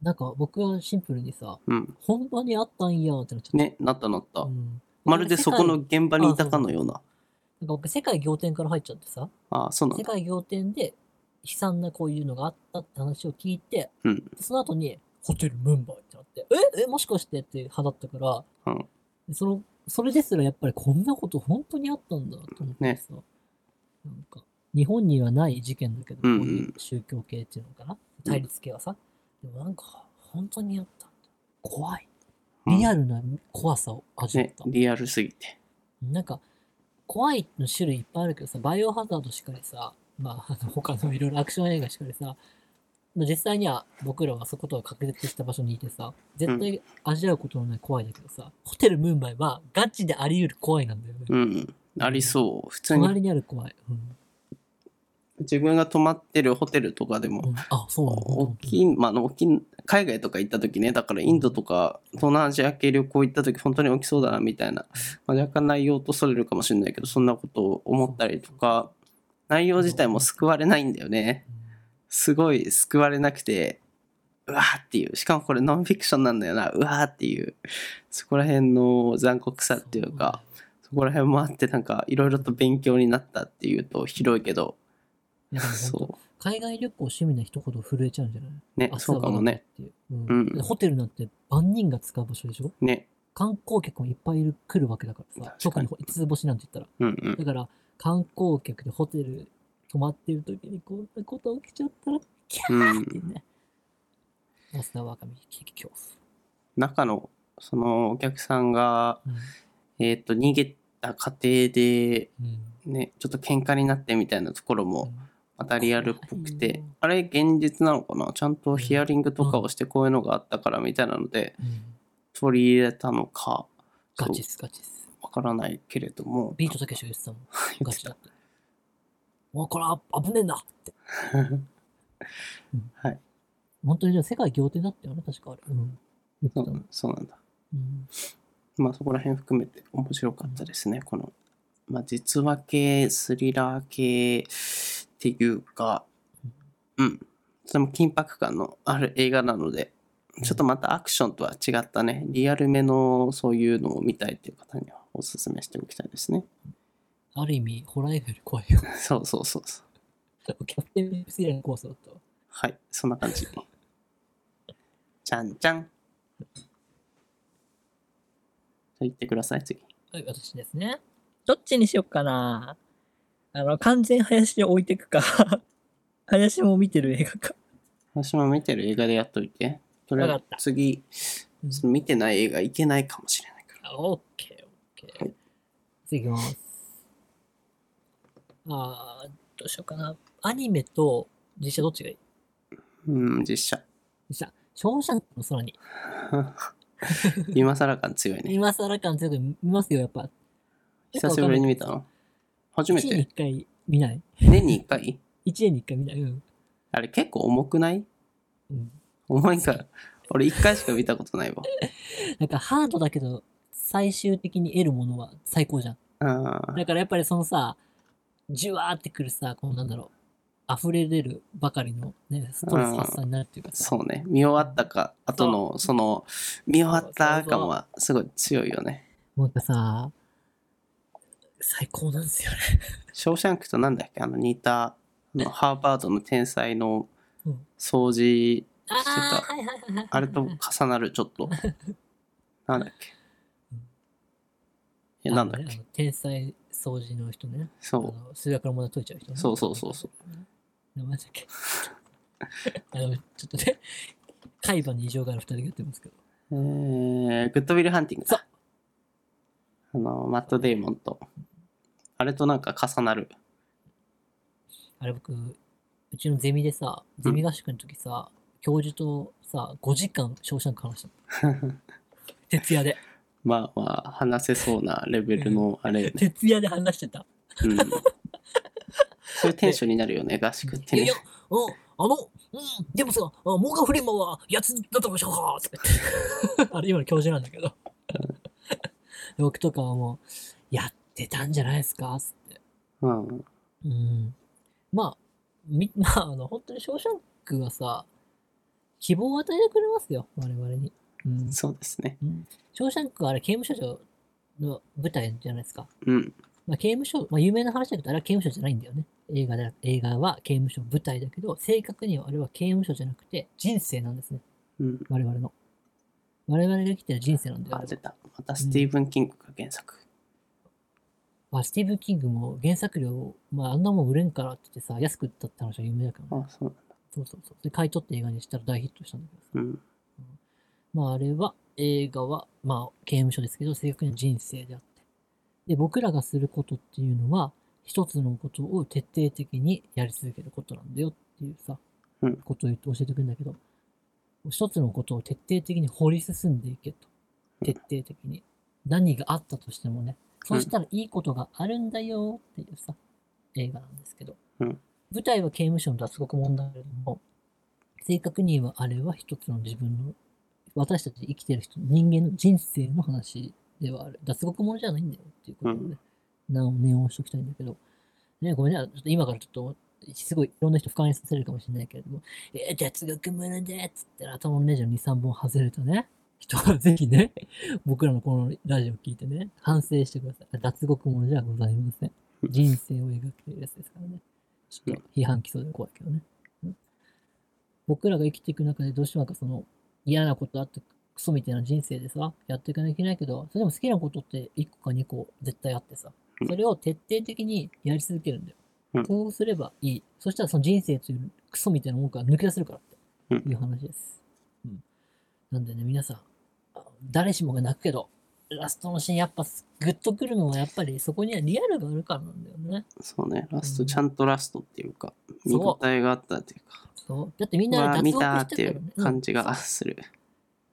Speaker 2: なんか僕はシンプルにさ、
Speaker 1: うん
Speaker 2: 本場にあったんやーってなっちゃった。
Speaker 1: ねなったなった、
Speaker 2: うん
Speaker 1: まるでそこの現場にいたかのような
Speaker 2: なんか僕、世界仰天から入っちゃってさ、
Speaker 1: ああそうなん
Speaker 2: 世
Speaker 1: だ
Speaker 2: 界仰天で悲惨なこういうのがあったって話を聞いて、
Speaker 1: うん
Speaker 2: その後に、ホテルムンバイってなって、ええもしかしてって派だったから、
Speaker 1: うん
Speaker 2: でその、それですらやっぱりこんなこと本当にあったんだと思ってさ、なんか、日本にはない事件だけど、
Speaker 1: うんうん
Speaker 2: こういう宗教系っていうのかな、対立系はさ、でもなんか、本当にあったんだ。怖い。
Speaker 1: うん
Speaker 2: リアルな怖さを味わっ
Speaker 1: ね
Speaker 2: た。
Speaker 1: リアルすぎて
Speaker 2: なんか、怖いの種類いっぱいあるけどさ、バイオハザードしかりさ、まあ、あの他のいろいろアクション映画しかりさ、まあ実際には僕らはそことは隔絶した場所にいてさ、絶対味わうことのない怖いだけどさ、ホテルムンバイはガチであり得る怖いなんだよね。
Speaker 1: うん。ありそう。普通に
Speaker 2: 隣にある怖い。うん。
Speaker 1: 自分が泊まってるホテルとかで
Speaker 2: う
Speaker 1: も、
Speaker 2: んあ、そうなんだ。
Speaker 1: 大きい、まあ、あの大きい、海外とか行った時ね、だからインドとか東南アジア系旅行行った時本当に起きそうだなみたいな、まあ、若干内容とそれるかもしれないけど、そんなことを思ったりとか、内容自体も救われないんだよね。すごい救われなくて、うわーっていう。しかもこれノンフィクションなんだよな、うわーっていう。そこら辺の残酷さっていうか、そこら辺もあって、なんかいろいろと勉強になったっていうと広いけど、
Speaker 2: そうなんだ。いやでも本当
Speaker 1: そ。
Speaker 2: 海外旅行趣味な人ほど震えちゃうんじゃないう
Speaker 1: ね、そうかもね。。
Speaker 2: 明日は
Speaker 1: う
Speaker 2: なんんだっていううんホテルなんて万人が使う場所でしょ
Speaker 1: ね。
Speaker 2: 観光客もいっぱいいる来るわけだから
Speaker 1: 確
Speaker 2: さ。
Speaker 1: か
Speaker 2: 特
Speaker 1: に
Speaker 2: に五つ星なんて言った
Speaker 1: うんうん
Speaker 2: ら。だ。から、観光客でホテル泊まってる時にこんなこと起きちゃったら、キャーってね。マスターワカミ、危機恐
Speaker 1: 中の、そのお客さんが、
Speaker 2: 怖。
Speaker 1: えっ、と、逃げた過程で、
Speaker 2: うん。うん
Speaker 1: ね、ちょっと喧嘩になってみたいなところも、またリアルっぽく
Speaker 2: 怖い
Speaker 1: て
Speaker 2: よ、
Speaker 1: あれ現実なのかなちゃんとヒアリングとかをしてこういうのがあったからみたいなので、
Speaker 2: うん
Speaker 1: 取り入れたのか、
Speaker 2: ガチっ
Speaker 1: そ
Speaker 2: す、ガチっす。
Speaker 1: うわからないけれども、
Speaker 2: ビートたけしが言ってたもん。
Speaker 1: 言
Speaker 2: ガ
Speaker 1: って
Speaker 2: チだ
Speaker 1: た
Speaker 2: って。おいこれあ危ねえなって。
Speaker 1: はい。
Speaker 2: 本当にじゃあ世界仰天だったよね、確かあれ。うん。言 って
Speaker 1: そ
Speaker 2: たもん
Speaker 1: うそうなんだ。
Speaker 2: うん
Speaker 1: まあそこら辺含めて面白かったですね。この、まあ実話系、スリラー系っていうか、うん。とても緊迫感のある映画なので、ちょっとまたアクションとは違ったね、リアルめのそういうのを見たいっていう方にはおすすめしておきたいですね。
Speaker 2: ある意味、ホラー映画より怖いよ。
Speaker 1: そうそうそうそう。
Speaker 2: キャプテン・ビープス以来の怖さだったわ。
Speaker 1: はい、そんな感じ。じゃんじゃん。じゃあ言ってください、次。
Speaker 2: はい、私ですね。どっちにしよっかなあの、完全林を置いてくか、 林も見てる映画か。
Speaker 1: 私も見てる映画でやっといて。とりあえ
Speaker 2: わ
Speaker 1: ず
Speaker 2: かった
Speaker 1: 次、
Speaker 2: うん
Speaker 1: その見てない映画いけないかもしれないから。
Speaker 2: オッケー、オッケー。次いきます。あー、どうしようかな。アニメと実写どっちがいい
Speaker 1: うん、実 写。
Speaker 2: 実写。勝者の空に。
Speaker 1: 今更感強いね。
Speaker 2: 今更感強く見ますよ、やっぱ。
Speaker 1: 久しぶりに見たの初め
Speaker 2: 1年に
Speaker 1: て
Speaker 2: 1回見ない。
Speaker 1: 年に1回
Speaker 2: 1年に1回見ない。うん。
Speaker 1: あれ結構重くない
Speaker 2: うん、
Speaker 1: 重いから。俺1回しか見たことないわ。
Speaker 2: なんかハードだけど、最終的に得るものは最高じゃん。
Speaker 1: あー
Speaker 2: だからやっぱりそのさ、じゅわーってくるさ、このなんだろう、溢れ出るばかりの、ね、ストレス発散になるっていうかさ、
Speaker 1: そうね。見終わったか、後の、その、見終わった感はすごい強いよね。
Speaker 2: なんかさ、最高なんです よね。
Speaker 1: ショーシャンクとなんだっけあの似たあのハーバードの天才の
Speaker 2: うん
Speaker 1: 掃除
Speaker 2: あ
Speaker 1: して
Speaker 2: あー、
Speaker 1: た、
Speaker 2: はいはいはいはい。
Speaker 1: あれと重なるちょっとなんだっけえ
Speaker 2: あ
Speaker 1: な
Speaker 2: のね、
Speaker 1: んだっけ
Speaker 2: あの天才掃除の人ね。あ
Speaker 1: そ
Speaker 2: の数学の問題解いちゃう人ね。
Speaker 1: うそうそうそうそう
Speaker 2: 名前だっけ あの、ちょっとね、海馬に異常がある二人がやってますけど。
Speaker 1: えー、グッドビルハンティング
Speaker 2: そう
Speaker 1: あのマット・デイモンとあれとなんか重なる
Speaker 2: あれ僕、うちのゼミでさ、ゼミ合宿の時さ、教授とさ、5時間、照射の話したの。 徹夜で。
Speaker 1: まあまあ話せそうなレベルのあれよ ね、
Speaker 2: 徹夜で話してた。
Speaker 1: うん、そういうテンションになるよね合宿って
Speaker 2: いやい
Speaker 1: ね
Speaker 2: や、うん、あの、うん、でもさ、あモーガン・フリーマンはやつだったのでしょうかとか言って。あれ、今の教授なんだけ ど。僕とかはもう、やってたんじゃないですかつって。
Speaker 1: うん
Speaker 2: うん。まあ、み、 まあ、あの、本当にショーシャンクはさ、希望を与えてくれますよ、我々に。うん。
Speaker 1: そうですね
Speaker 2: ショーシャンクはあれ、刑務所の舞台じゃないですか。
Speaker 1: うん
Speaker 2: まあ、刑務所、まあ、有名な話だけど、あれは刑務所じゃないんだよね。映画だ映画は刑務所舞台だけど、正確にはあれは刑務所じゃなくて、人生なんですね。
Speaker 1: うん
Speaker 2: 我々の。我々が生きてる人生なんだよ。あ
Speaker 1: あ、
Speaker 2: れ
Speaker 1: 出
Speaker 2: は
Speaker 1: た。またスティーブン・キングが原作。
Speaker 2: まあ、スティーブン・キングも原作料、まあ、あんなもん売れんからって言ってさ、安く売ったって話は有名だからね。
Speaker 1: あ、そう
Speaker 2: そうそうそう。で、買い取って映画にしたら大ヒットしたんだけどさ。
Speaker 1: なんだ。
Speaker 2: まあ、あれは、映画は、まあ、刑務所ですけど、正確には人生であって。で、僕らがすることっていうのは、一つのことを徹底的にやり続けることなんだよっていうさ、
Speaker 1: うん
Speaker 2: ことを言って教えてくるんだけど、一つのことを徹底的に掘り進んでいけと。
Speaker 1: うん
Speaker 2: 徹底的に。何があったとしてもね。そうしたらいいことがあるんだよっていうさ、映画なんですけど。
Speaker 1: うん
Speaker 2: 舞台は刑務所の脱獄問題だけども、正確に言えばあれは一つの自分の、私たち生きてる人、人間の人生の話ではある。脱獄ものじゃないんだよっていうことで、ねなお念を押しておきたいんだけど、ね、ごめんね、ちょっと今からちょっと、すごいいろんな人不快にさせれるかもしれないけれども、えー、脱獄村でっつったら頭のネジの2、3本外れたね、人はぜひね、僕らのこのラジオを聞いてね、反省してください。脱獄者じゃございません。人生を描くやつですからね。ちょっと批判基礎で怖いけどね。うん僕らが生きていく中でどうしてもなんかその嫌なことあってクソみたいな人生でさ、やっていかなきゃいけないけど、それでも好きなことって1個か2個絶対あってさ、それを徹底的にやり続けるんだ
Speaker 1: う
Speaker 2: よ
Speaker 1: ん。
Speaker 2: そうすればいい。そしたらその人生というクソみたいなもんから抜け出せるからっ
Speaker 1: う
Speaker 2: ていう話です。うん。なんでね、皆さん、誰しもが泣くけど、ラストのシーンやっぱすグッとくるのはやっぱりそこにはリアルがあるからなんだよね。
Speaker 1: そうね、ラスト、
Speaker 2: うん
Speaker 1: ちゃんとラストっていうか、
Speaker 2: そう
Speaker 1: 見応えがあったっていうか、
Speaker 2: そう。だってみんな
Speaker 1: まあ
Speaker 2: 脱
Speaker 1: 見
Speaker 2: 獄
Speaker 1: たっ
Speaker 2: して
Speaker 1: い
Speaker 2: たから
Speaker 1: う
Speaker 2: ね。
Speaker 1: 感じ
Speaker 2: うん
Speaker 1: がする。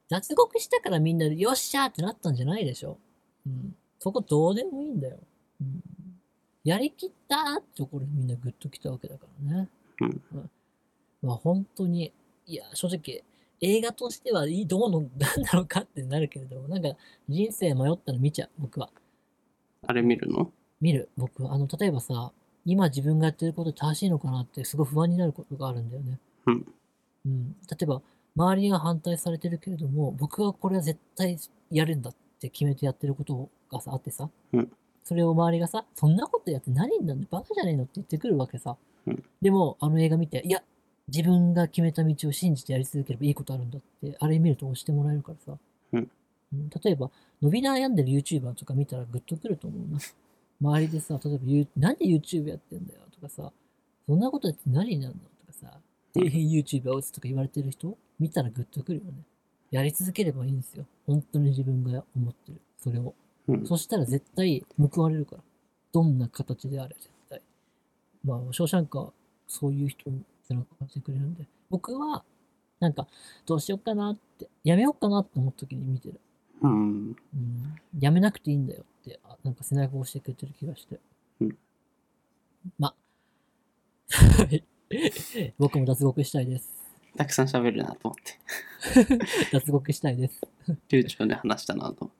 Speaker 2: 脱獄したからみんなでよっしゃーってなったんじゃないでしょ。うん。そこどうでもいいんだよ。うん。やりきったーってところにみんなグッときたわけだからね。
Speaker 1: うん
Speaker 2: まあ本当に、いや、正直、映画としてはいいどうの、なんだろうかってなるけれども、なんか人生迷ったら見ちゃう、僕は。
Speaker 1: あれ見るの
Speaker 2: 見る、僕は。あの、例えばさ、今自分がやってること正しいのかなってすごい不安になることがあるんだよね。
Speaker 1: うん。
Speaker 2: うん。例えば、周りが反対されてるけれども、僕はこれは絶対やるんだって決めてやってることがさ、あってさ。
Speaker 1: うん
Speaker 2: それを周りがさ、そんなことやって何になるのバカじゃねえのって言ってくるわけさ。
Speaker 1: うん
Speaker 2: でも、あの映画見て、いや、自分が決めた道を信じてやり続ければいいことあるんだって、あれ見ると押してもらえるからさ。
Speaker 1: うん
Speaker 2: うん。例えば、伸び悩んでる YouTuber とか見たらグッとくると思うな。周りでさ、例えばゆう、なんで YouTube やってんだよとかさ、そんなことやって何になるのとかさ、底辺 YouTuber を打つとか言われてる人見たらグッとくるよね。やり続ければいいんですよ。本当に自分が思ってる。それを。
Speaker 1: うん。
Speaker 2: そしたら絶対報われるから。どんな形であれ、絶対。まあ、ショーシャンクはそういう人に背中を押してくれるんで。僕は、なんか、どうしようかなって、やめようかなって思った時に見てる。
Speaker 1: うん。
Speaker 2: うん、やめなくていいんだよって、あなんか背中を押してくれてる気がして。
Speaker 1: うん
Speaker 2: ま、 はい僕も脱獄したいです。
Speaker 1: たくさん喋るなと思って、
Speaker 2: 脱獄したいです。
Speaker 1: 流暢で話したなと思って。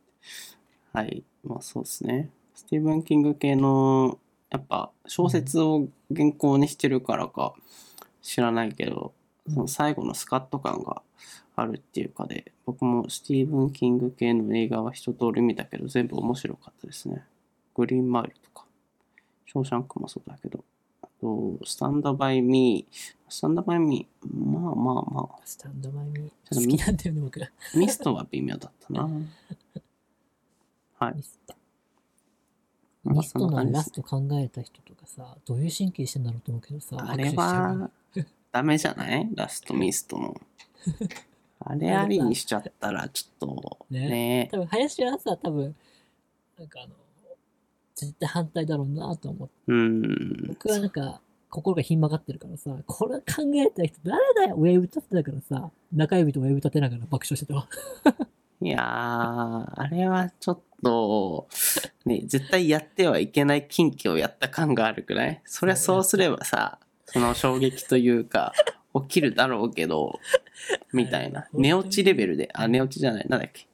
Speaker 1: はい、まあそうですね。スティーブン・キング系の、やっぱ小説を原稿にしてるからか知らないけど、その最後のスカッと感があるっていうかで、僕もスティーブン・キング系の映画は一通り見たけど、全部面白かったですね。グリーンマイルとか、ショーシャンクもそうだけど、あと、スタンドバイ・ミー、スタンドバイ・ミー、まあまあまあ、
Speaker 2: スタンドバイミー。
Speaker 1: ょっと
Speaker 2: 好きなんだよね、僕ら。
Speaker 1: ミストは微妙だったな。はい
Speaker 2: ミ。スト。
Speaker 1: まあ
Speaker 2: ミス
Speaker 1: そ
Speaker 2: ト
Speaker 1: んな
Speaker 2: の
Speaker 1: 感じで
Speaker 2: ラ
Speaker 1: す
Speaker 2: スト考えた人とかさ、どういう神経してんだろうと思うけどさ、
Speaker 1: あれ
Speaker 2: 握手しちゃうよ
Speaker 1: は
Speaker 2: ね、
Speaker 1: ダメじゃないラストミスト の。あれありにしちゃったら、ちょっと
Speaker 2: ね
Speaker 1: ね、
Speaker 2: 多分、林はさ、多分、なんかあの、絶対反対だろうなと思って
Speaker 1: うん、
Speaker 2: 僕はなんか、心がひん曲がってるからさ、これ考えた人誰だよ親指立てたからさ、中指と親指立てながら爆笑してたわ。
Speaker 1: いやー、あれはちょっと、ね、絶対やってはいけない禁忌をやった感があるくらい。そりゃそうすればさ、その衝撃という か、起きるだろうけど、みたいな。寝落ちレベルで、あ、寝落ちじゃない、なんだっけ。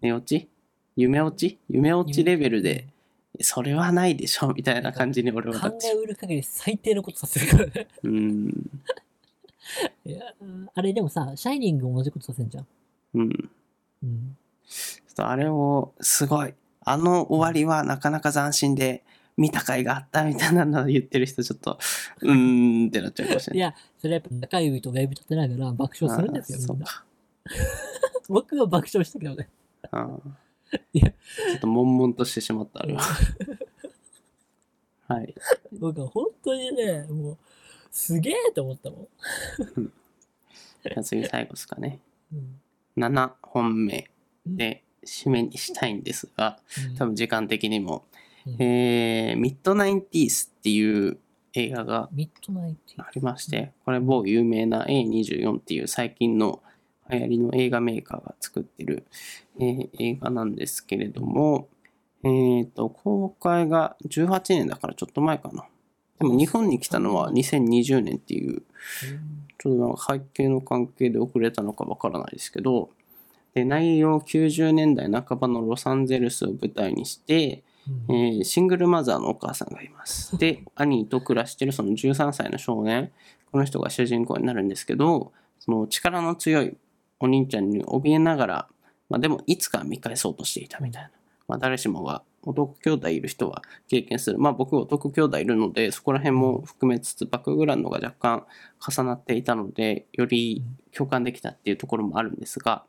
Speaker 1: 寝落ち夢落ち夢落ちレベルで、それはないでしょ、みたいな感じに俺はなっ
Speaker 2: 考
Speaker 1: ちゃ
Speaker 2: え
Speaker 1: う。
Speaker 2: うる限り最低のことさせるからね。
Speaker 1: うん、
Speaker 2: いやーあれでもさ、シャイニングも同じことさせんじゃん。
Speaker 1: うん。ちょ
Speaker 2: うん。
Speaker 1: っとあれを、すごい。あの終わりはなかなか斬新で、見た甲斐があったみたいなのを言ってる人、ちょっと、うーんってなっちゃうかもしれ
Speaker 2: い
Speaker 1: ない。
Speaker 2: や、それやっぱ中指と親指立てながら爆笑するんですよ、
Speaker 1: あーそ
Speaker 2: み
Speaker 1: うん
Speaker 2: な。
Speaker 1: か。
Speaker 2: 僕は爆笑したけどね。
Speaker 1: あー
Speaker 2: いや
Speaker 1: ちょっと悶々としてしまった、あれは。はい。
Speaker 2: 僕は本当にね、もう、すげえと思ったもん。
Speaker 1: じゃあ次、最後ですかね。
Speaker 2: うん。
Speaker 1: 7本目で締めにしたいんですが、
Speaker 2: うん
Speaker 1: 多分時間的にも
Speaker 2: うん
Speaker 1: えー、ミッドナインティースっていう映画が
Speaker 2: ミッドナイティ
Speaker 1: ありまして、これ某有名な A24 っていう最近の流行りの映画メーカーが作ってる、えー映画なんですけれども、えー、と、公開が18年だからちょっと前かな。でも日本に来たのは2020年っていう、ちょっとなんか背景の関係で遅れたのかわからないですけど、で内容90年代半ばのロサンゼルスを舞台にして、え
Speaker 2: うん
Speaker 1: ーシングルマザーのお母さんがい ます。で、兄と暮らしてるその13歳の少年、この人が主人公になるんですけど、その力の強いお兄ちゃんに怯えながら、まあ、でもいつか見返そうとしていたみたいな。まあ、誰しもが男兄弟いる人は経験する。まあ僕男兄弟いるので、そこら辺も含めつつ、バックグラウンドが若干重なっていたので、より共感できたっていうところもあるんですが、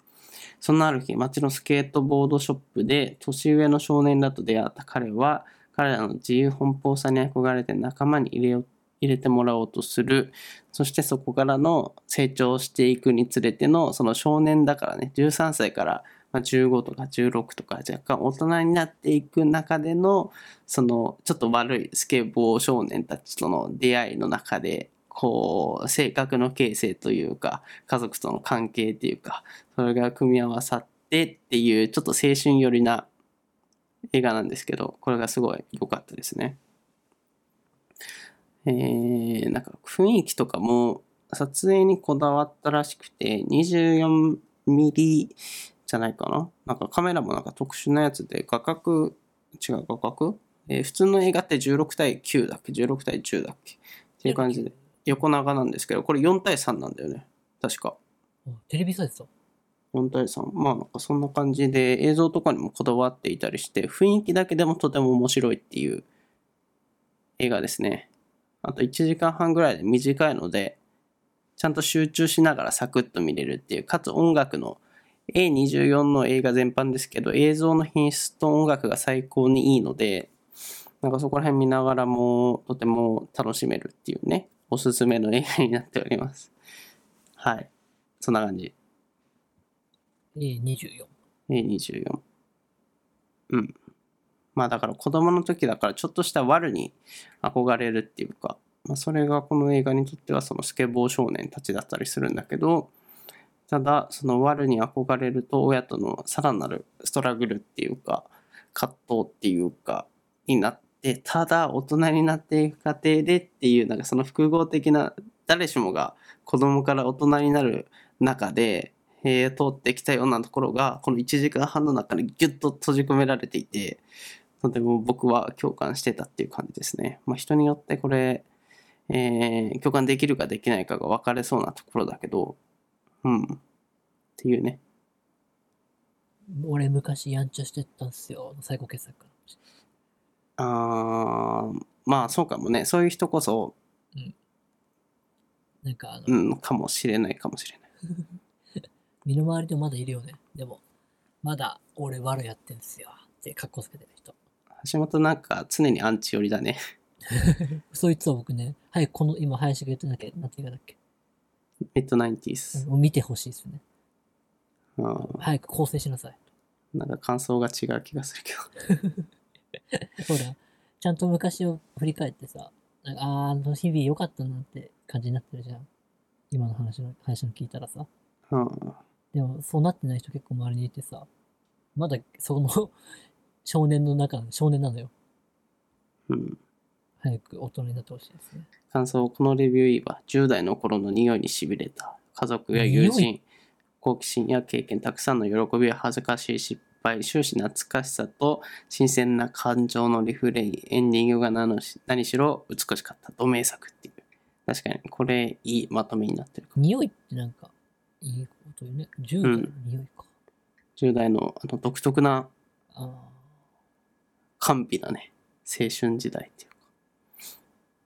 Speaker 1: そんなある日、町のスケートボードショップで年上の少年らと出会った彼は、彼らの自由奔放さに憧れて仲間に入れよ入れてもらおうとする。そしてそこからの成長していくにつれての、その少年だからね、13歳からまあ15とか16とか若干大人になっていく中での、そのちょっと悪いスケボー少年たちとの出会いの中で、こう、性格の形成というか、家族との関係っていうか、それが組み合わさってっていう、ちょっと青春寄りな映画なんですけど、これがすごい良かったですね。えー、なんか雰囲気とかも撮影にこだわったらしくて、24ミリじゃないかななんかカメラもなんか特殊なやつで、画角、違う画角えー普通の映画って16対9だっけ ?16 対10だっけっていう感じで、横長なんですけど、これ4対3なんだよね。確か。
Speaker 2: うんテレビサイズだ。
Speaker 1: 4対3まあなんかそんな感じで映像とかにもこだわっていたりして雰囲気だけでもとても面白いっていう映画ですねあと1時間半ぐらいで短いのでちゃんと集中しながらサクッと見れるっていうかつ音楽の A24 の映画全般ですけど映像の品質と音楽が最高にいいのでなんかそこら辺見ながらもとても楽しめるっていうねおすすめの映画になっておりますはいそんな感じ
Speaker 2: A24。
Speaker 1: A24。うん。まあだから子供の時だからちょっとした悪に憧れるっていうか、まあ、それがこの映画にとってはそのスケボー少年たちだったりするんだけど、ただその悪に憧れると親とのさらなるストラグルっていうか、葛藤っていうか、になって、ただ大人になっていく過程でっていう、なんかその複合的な、誰しもが子供から大人になる中で、えー通ってきたようなところがこの1時間半の中にギュッと閉じ込められていてとても僕は共感してたっていう感じですね。まあ、人によってこれ、えー共感できるかできないかが分かれそうなところだけどうんっていうね
Speaker 2: 俺昔やんちゃしてたんすよ。最高傑作かもし
Speaker 1: あーまあそうかもねそういう人こそ
Speaker 2: れないなんかあの、
Speaker 1: うんかもしれないかもしれない。
Speaker 2: 身の回りでもまだいるよね。でも、まだ俺悪やってんすよ。って格好つけてる人。
Speaker 1: 橋本なんか常にアンチ寄りだね。
Speaker 2: そいつは僕ね、はい、この今林が言ってなきゃ、なんて言うんだっけ。
Speaker 1: ミッドナインティース。
Speaker 2: もう見てほしいですね。
Speaker 1: うん
Speaker 2: 早く構成しなさい。
Speaker 1: なんか感想が違う気がするけど。
Speaker 2: ほら、ちゃんと昔を振り返ってさ、なんかあーあの日々良かったなって感じになってるじゃん。今の話の、話の聞いたらさ。
Speaker 1: うん
Speaker 2: でも、そうなってない人結構周りにいてさ、まだその 少年の中の少年なのよ。
Speaker 1: うん
Speaker 2: 早く大人になってほしいですね。
Speaker 1: 感想このレビューいいわ10代の頃の匂いにしびれた家族や友
Speaker 2: 匂
Speaker 1: 人好奇心や経験たくさんの喜びや恥ずかしい失敗終始懐かしさと新鮮な感情のリフレインエンディングが何のし何しろ美しかった同名作っていう確かにこれいいまとめになってるかも
Speaker 2: 匂いってなんか、いいこと言うね。10代の匂いか。
Speaker 1: 10代のあの独特な
Speaker 2: あ
Speaker 1: 甘美なね青春時代っていう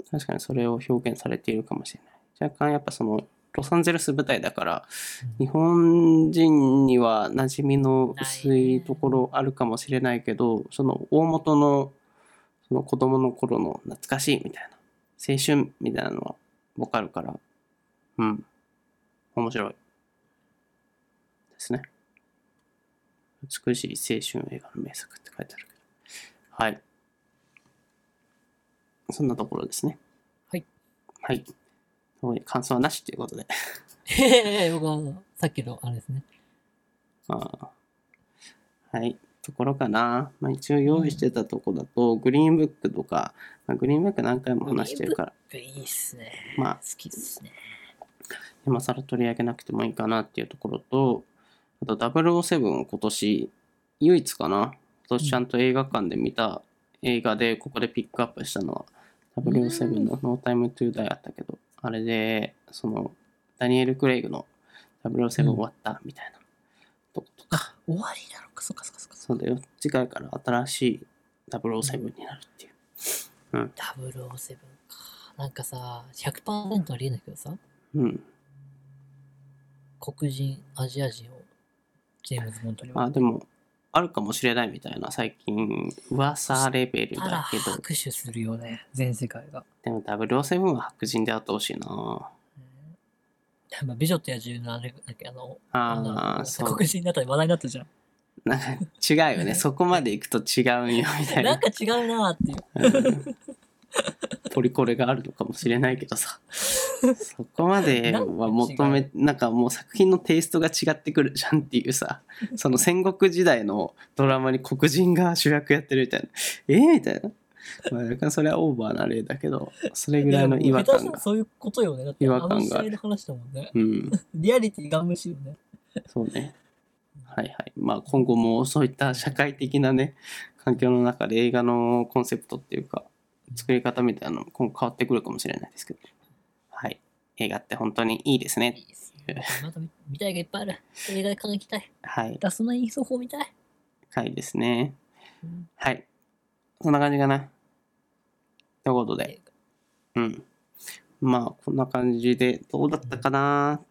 Speaker 1: か確かにそれを表現されているかもしれない若干やっぱそのロサンゼルス舞台だから
Speaker 2: ー
Speaker 1: 日本人には馴染みの薄いところあるかもしれないけどその大元のその子供の頃の懐かしいみたいな青春みたいなのはわかるからうん面白いですね美しい青春映画の名作って書いてあるけどはいそんなところですね。
Speaker 2: はい。
Speaker 1: はい。特に感想はなしということで。
Speaker 2: へへへ僕はあのさっきのあれですね。
Speaker 1: まあ、はい、ところかな。まあ、一応用意してたとこだと、グリーンブックとか、まあ、グリーンブック何回も話してるから、
Speaker 2: いいっすね。
Speaker 1: まあ
Speaker 2: 好きですね。
Speaker 1: 今更取り上げなくてもいいかなっていうところと、あと007を今年、唯一かな。今年ちゃんと映画館で見た映画で、ここでピックアップしたのは、007の No Time to Die あったけど、あれで、その、ダニエル・クレイグの007終わったみたいなとことか。
Speaker 2: あ、終わりなのか、そっかそっかそっか。
Speaker 1: そうだよ。次回から新しい007になるっていう。
Speaker 2: 007か。なんかさ、100%ありえないけどさ、
Speaker 1: うん。
Speaker 2: 黒人、アジア人をジェームズ・ボンドに
Speaker 1: あ、でも、あるかもしれないみたいな、最近、噂レベル
Speaker 2: たら
Speaker 1: だけど、
Speaker 2: 拍手するよね、全世界が。
Speaker 1: でも007は白人であってほしいな
Speaker 2: うんまあ美女と野獣のあれだっけあの、
Speaker 1: ああ、そう。
Speaker 2: 黒人になったり話題になったじゃん。
Speaker 1: なんか違うよね。そこまで行くと違うんよ、みたい
Speaker 2: な
Speaker 1: な。
Speaker 2: んか違うなーっていう。
Speaker 1: うんポリコレがあるのかもしれないけどさ。そこまでは求め、なんかもう作品のテイストが違ってくるじゃんっていうさ、その戦国時代のドラマに黒人が主役やってるみたいな。えーみたいな。まあ、若干それはオーバーな例だけど、それぐらいの違和
Speaker 2: 下
Speaker 1: 感
Speaker 2: 手したら
Speaker 1: が。
Speaker 2: そういうことよね。だって
Speaker 1: 違
Speaker 2: あ
Speaker 1: 和感があ
Speaker 2: の
Speaker 1: る
Speaker 2: 試合の話だもんね。
Speaker 1: うん、
Speaker 2: リアリティが無視よね。
Speaker 1: そうね。はいはい。まあ今後もそういった社会的なね、環境の中で映画のコンセプトっていうか、作り方みたいなのも今後変わってくるかもしれないですけど。はい。映画って本当にいいです
Speaker 2: い
Speaker 1: ね。
Speaker 2: いですね。また見見たいがいっぱいある。映画館行きたい。
Speaker 1: はい。
Speaker 2: ラスナイン奏法見たい。
Speaker 1: 回ですね。
Speaker 2: うん
Speaker 1: はい。そんな感じかな。ということで。うん。まあ、こんな感じで、どうだったかな。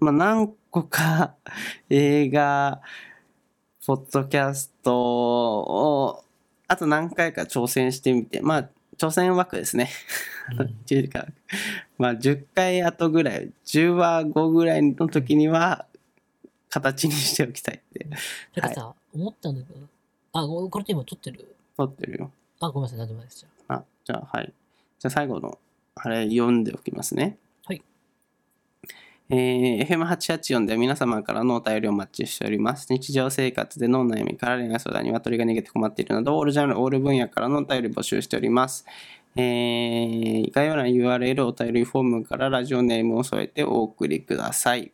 Speaker 1: まあ、何個か 映画、ポッドキャストを、あと何回か挑戦してみて、まあ、挑戦枠ですね。
Speaker 2: うん
Speaker 1: 10かまあ10回後ぐらい10話後ぐらいの時には形にしておきたいって
Speaker 2: てかさ、思ったんだけど、あ、ごこれって今撮ってる
Speaker 1: 撮ってるよ
Speaker 2: あ、ごめんなさい、何でもないです。じゃあ
Speaker 1: あじゃあはいじゃあ最後のあれ読んでおきますね
Speaker 2: はい
Speaker 1: えー FM884 では皆様からのお便りをお待ちしております。日常生活でのお悩みから恋愛相談、鶏が逃げて困っているなど、オールジャンル、オール分野からのお便り募集しております。えー概要欄 URL お便りフォームからラジオネームを添えてお送りください。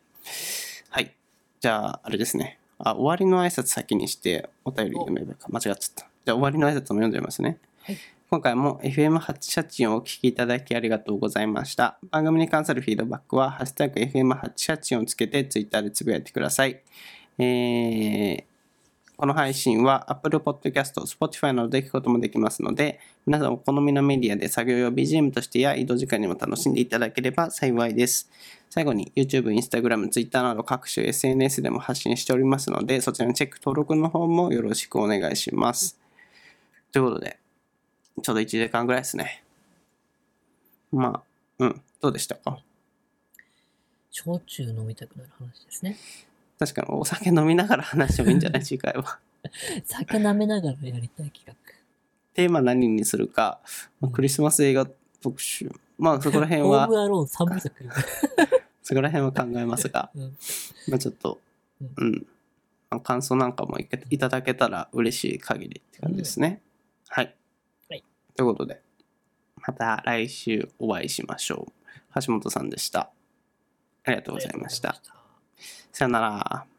Speaker 1: はい。じゃあ、あれですね。あ、終わりの挨拶先にしてお便り読めばいいか。間違っちゃった。じゃあ、終わりの挨拶も読んじゃいますね。
Speaker 2: はい
Speaker 1: 今回も FM884 をお聞きいただきありがとうございました。番組に関するフィードバックは、ハッシュタグ FM884 をつけて Twitter でつぶやいてください。えーこの配信は Apple Podcast、Spotify などで聞くこともできますので、皆さんお好みのメディアで作業用 BGM としてや移動時間にも楽しんでいただければ幸いです。最後に YouTube、Instagram、Twitter など各種 SNS でも発信しておりますので、そちらのチェック登録の方もよろしくお願いします。ということで、ちょうど1時間ぐらいですね。まあ、うん、どうでしたか
Speaker 2: 焼酎飲みたくなる話ですね。
Speaker 1: 確かにお酒飲みながら話してもいいんじゃない次回は。
Speaker 2: 酒舐めながらやりたい企画。
Speaker 1: テーマ何にするか、まあクリスマス映画特集。まあそこら辺
Speaker 2: ホー
Speaker 1: は
Speaker 2: ム、アローン3部作。
Speaker 1: そこら辺は考えますが、
Speaker 2: うん
Speaker 1: まあちょっと
Speaker 2: うん、
Speaker 1: うん。まあ感想なんかもいけいただけたら嬉しい限りって感じですね。はい。
Speaker 2: はい
Speaker 1: ということで、また来週お会いしましょう。橋本さんでした。ありがとうございました。
Speaker 2: ありがとうございました。
Speaker 1: さよなら。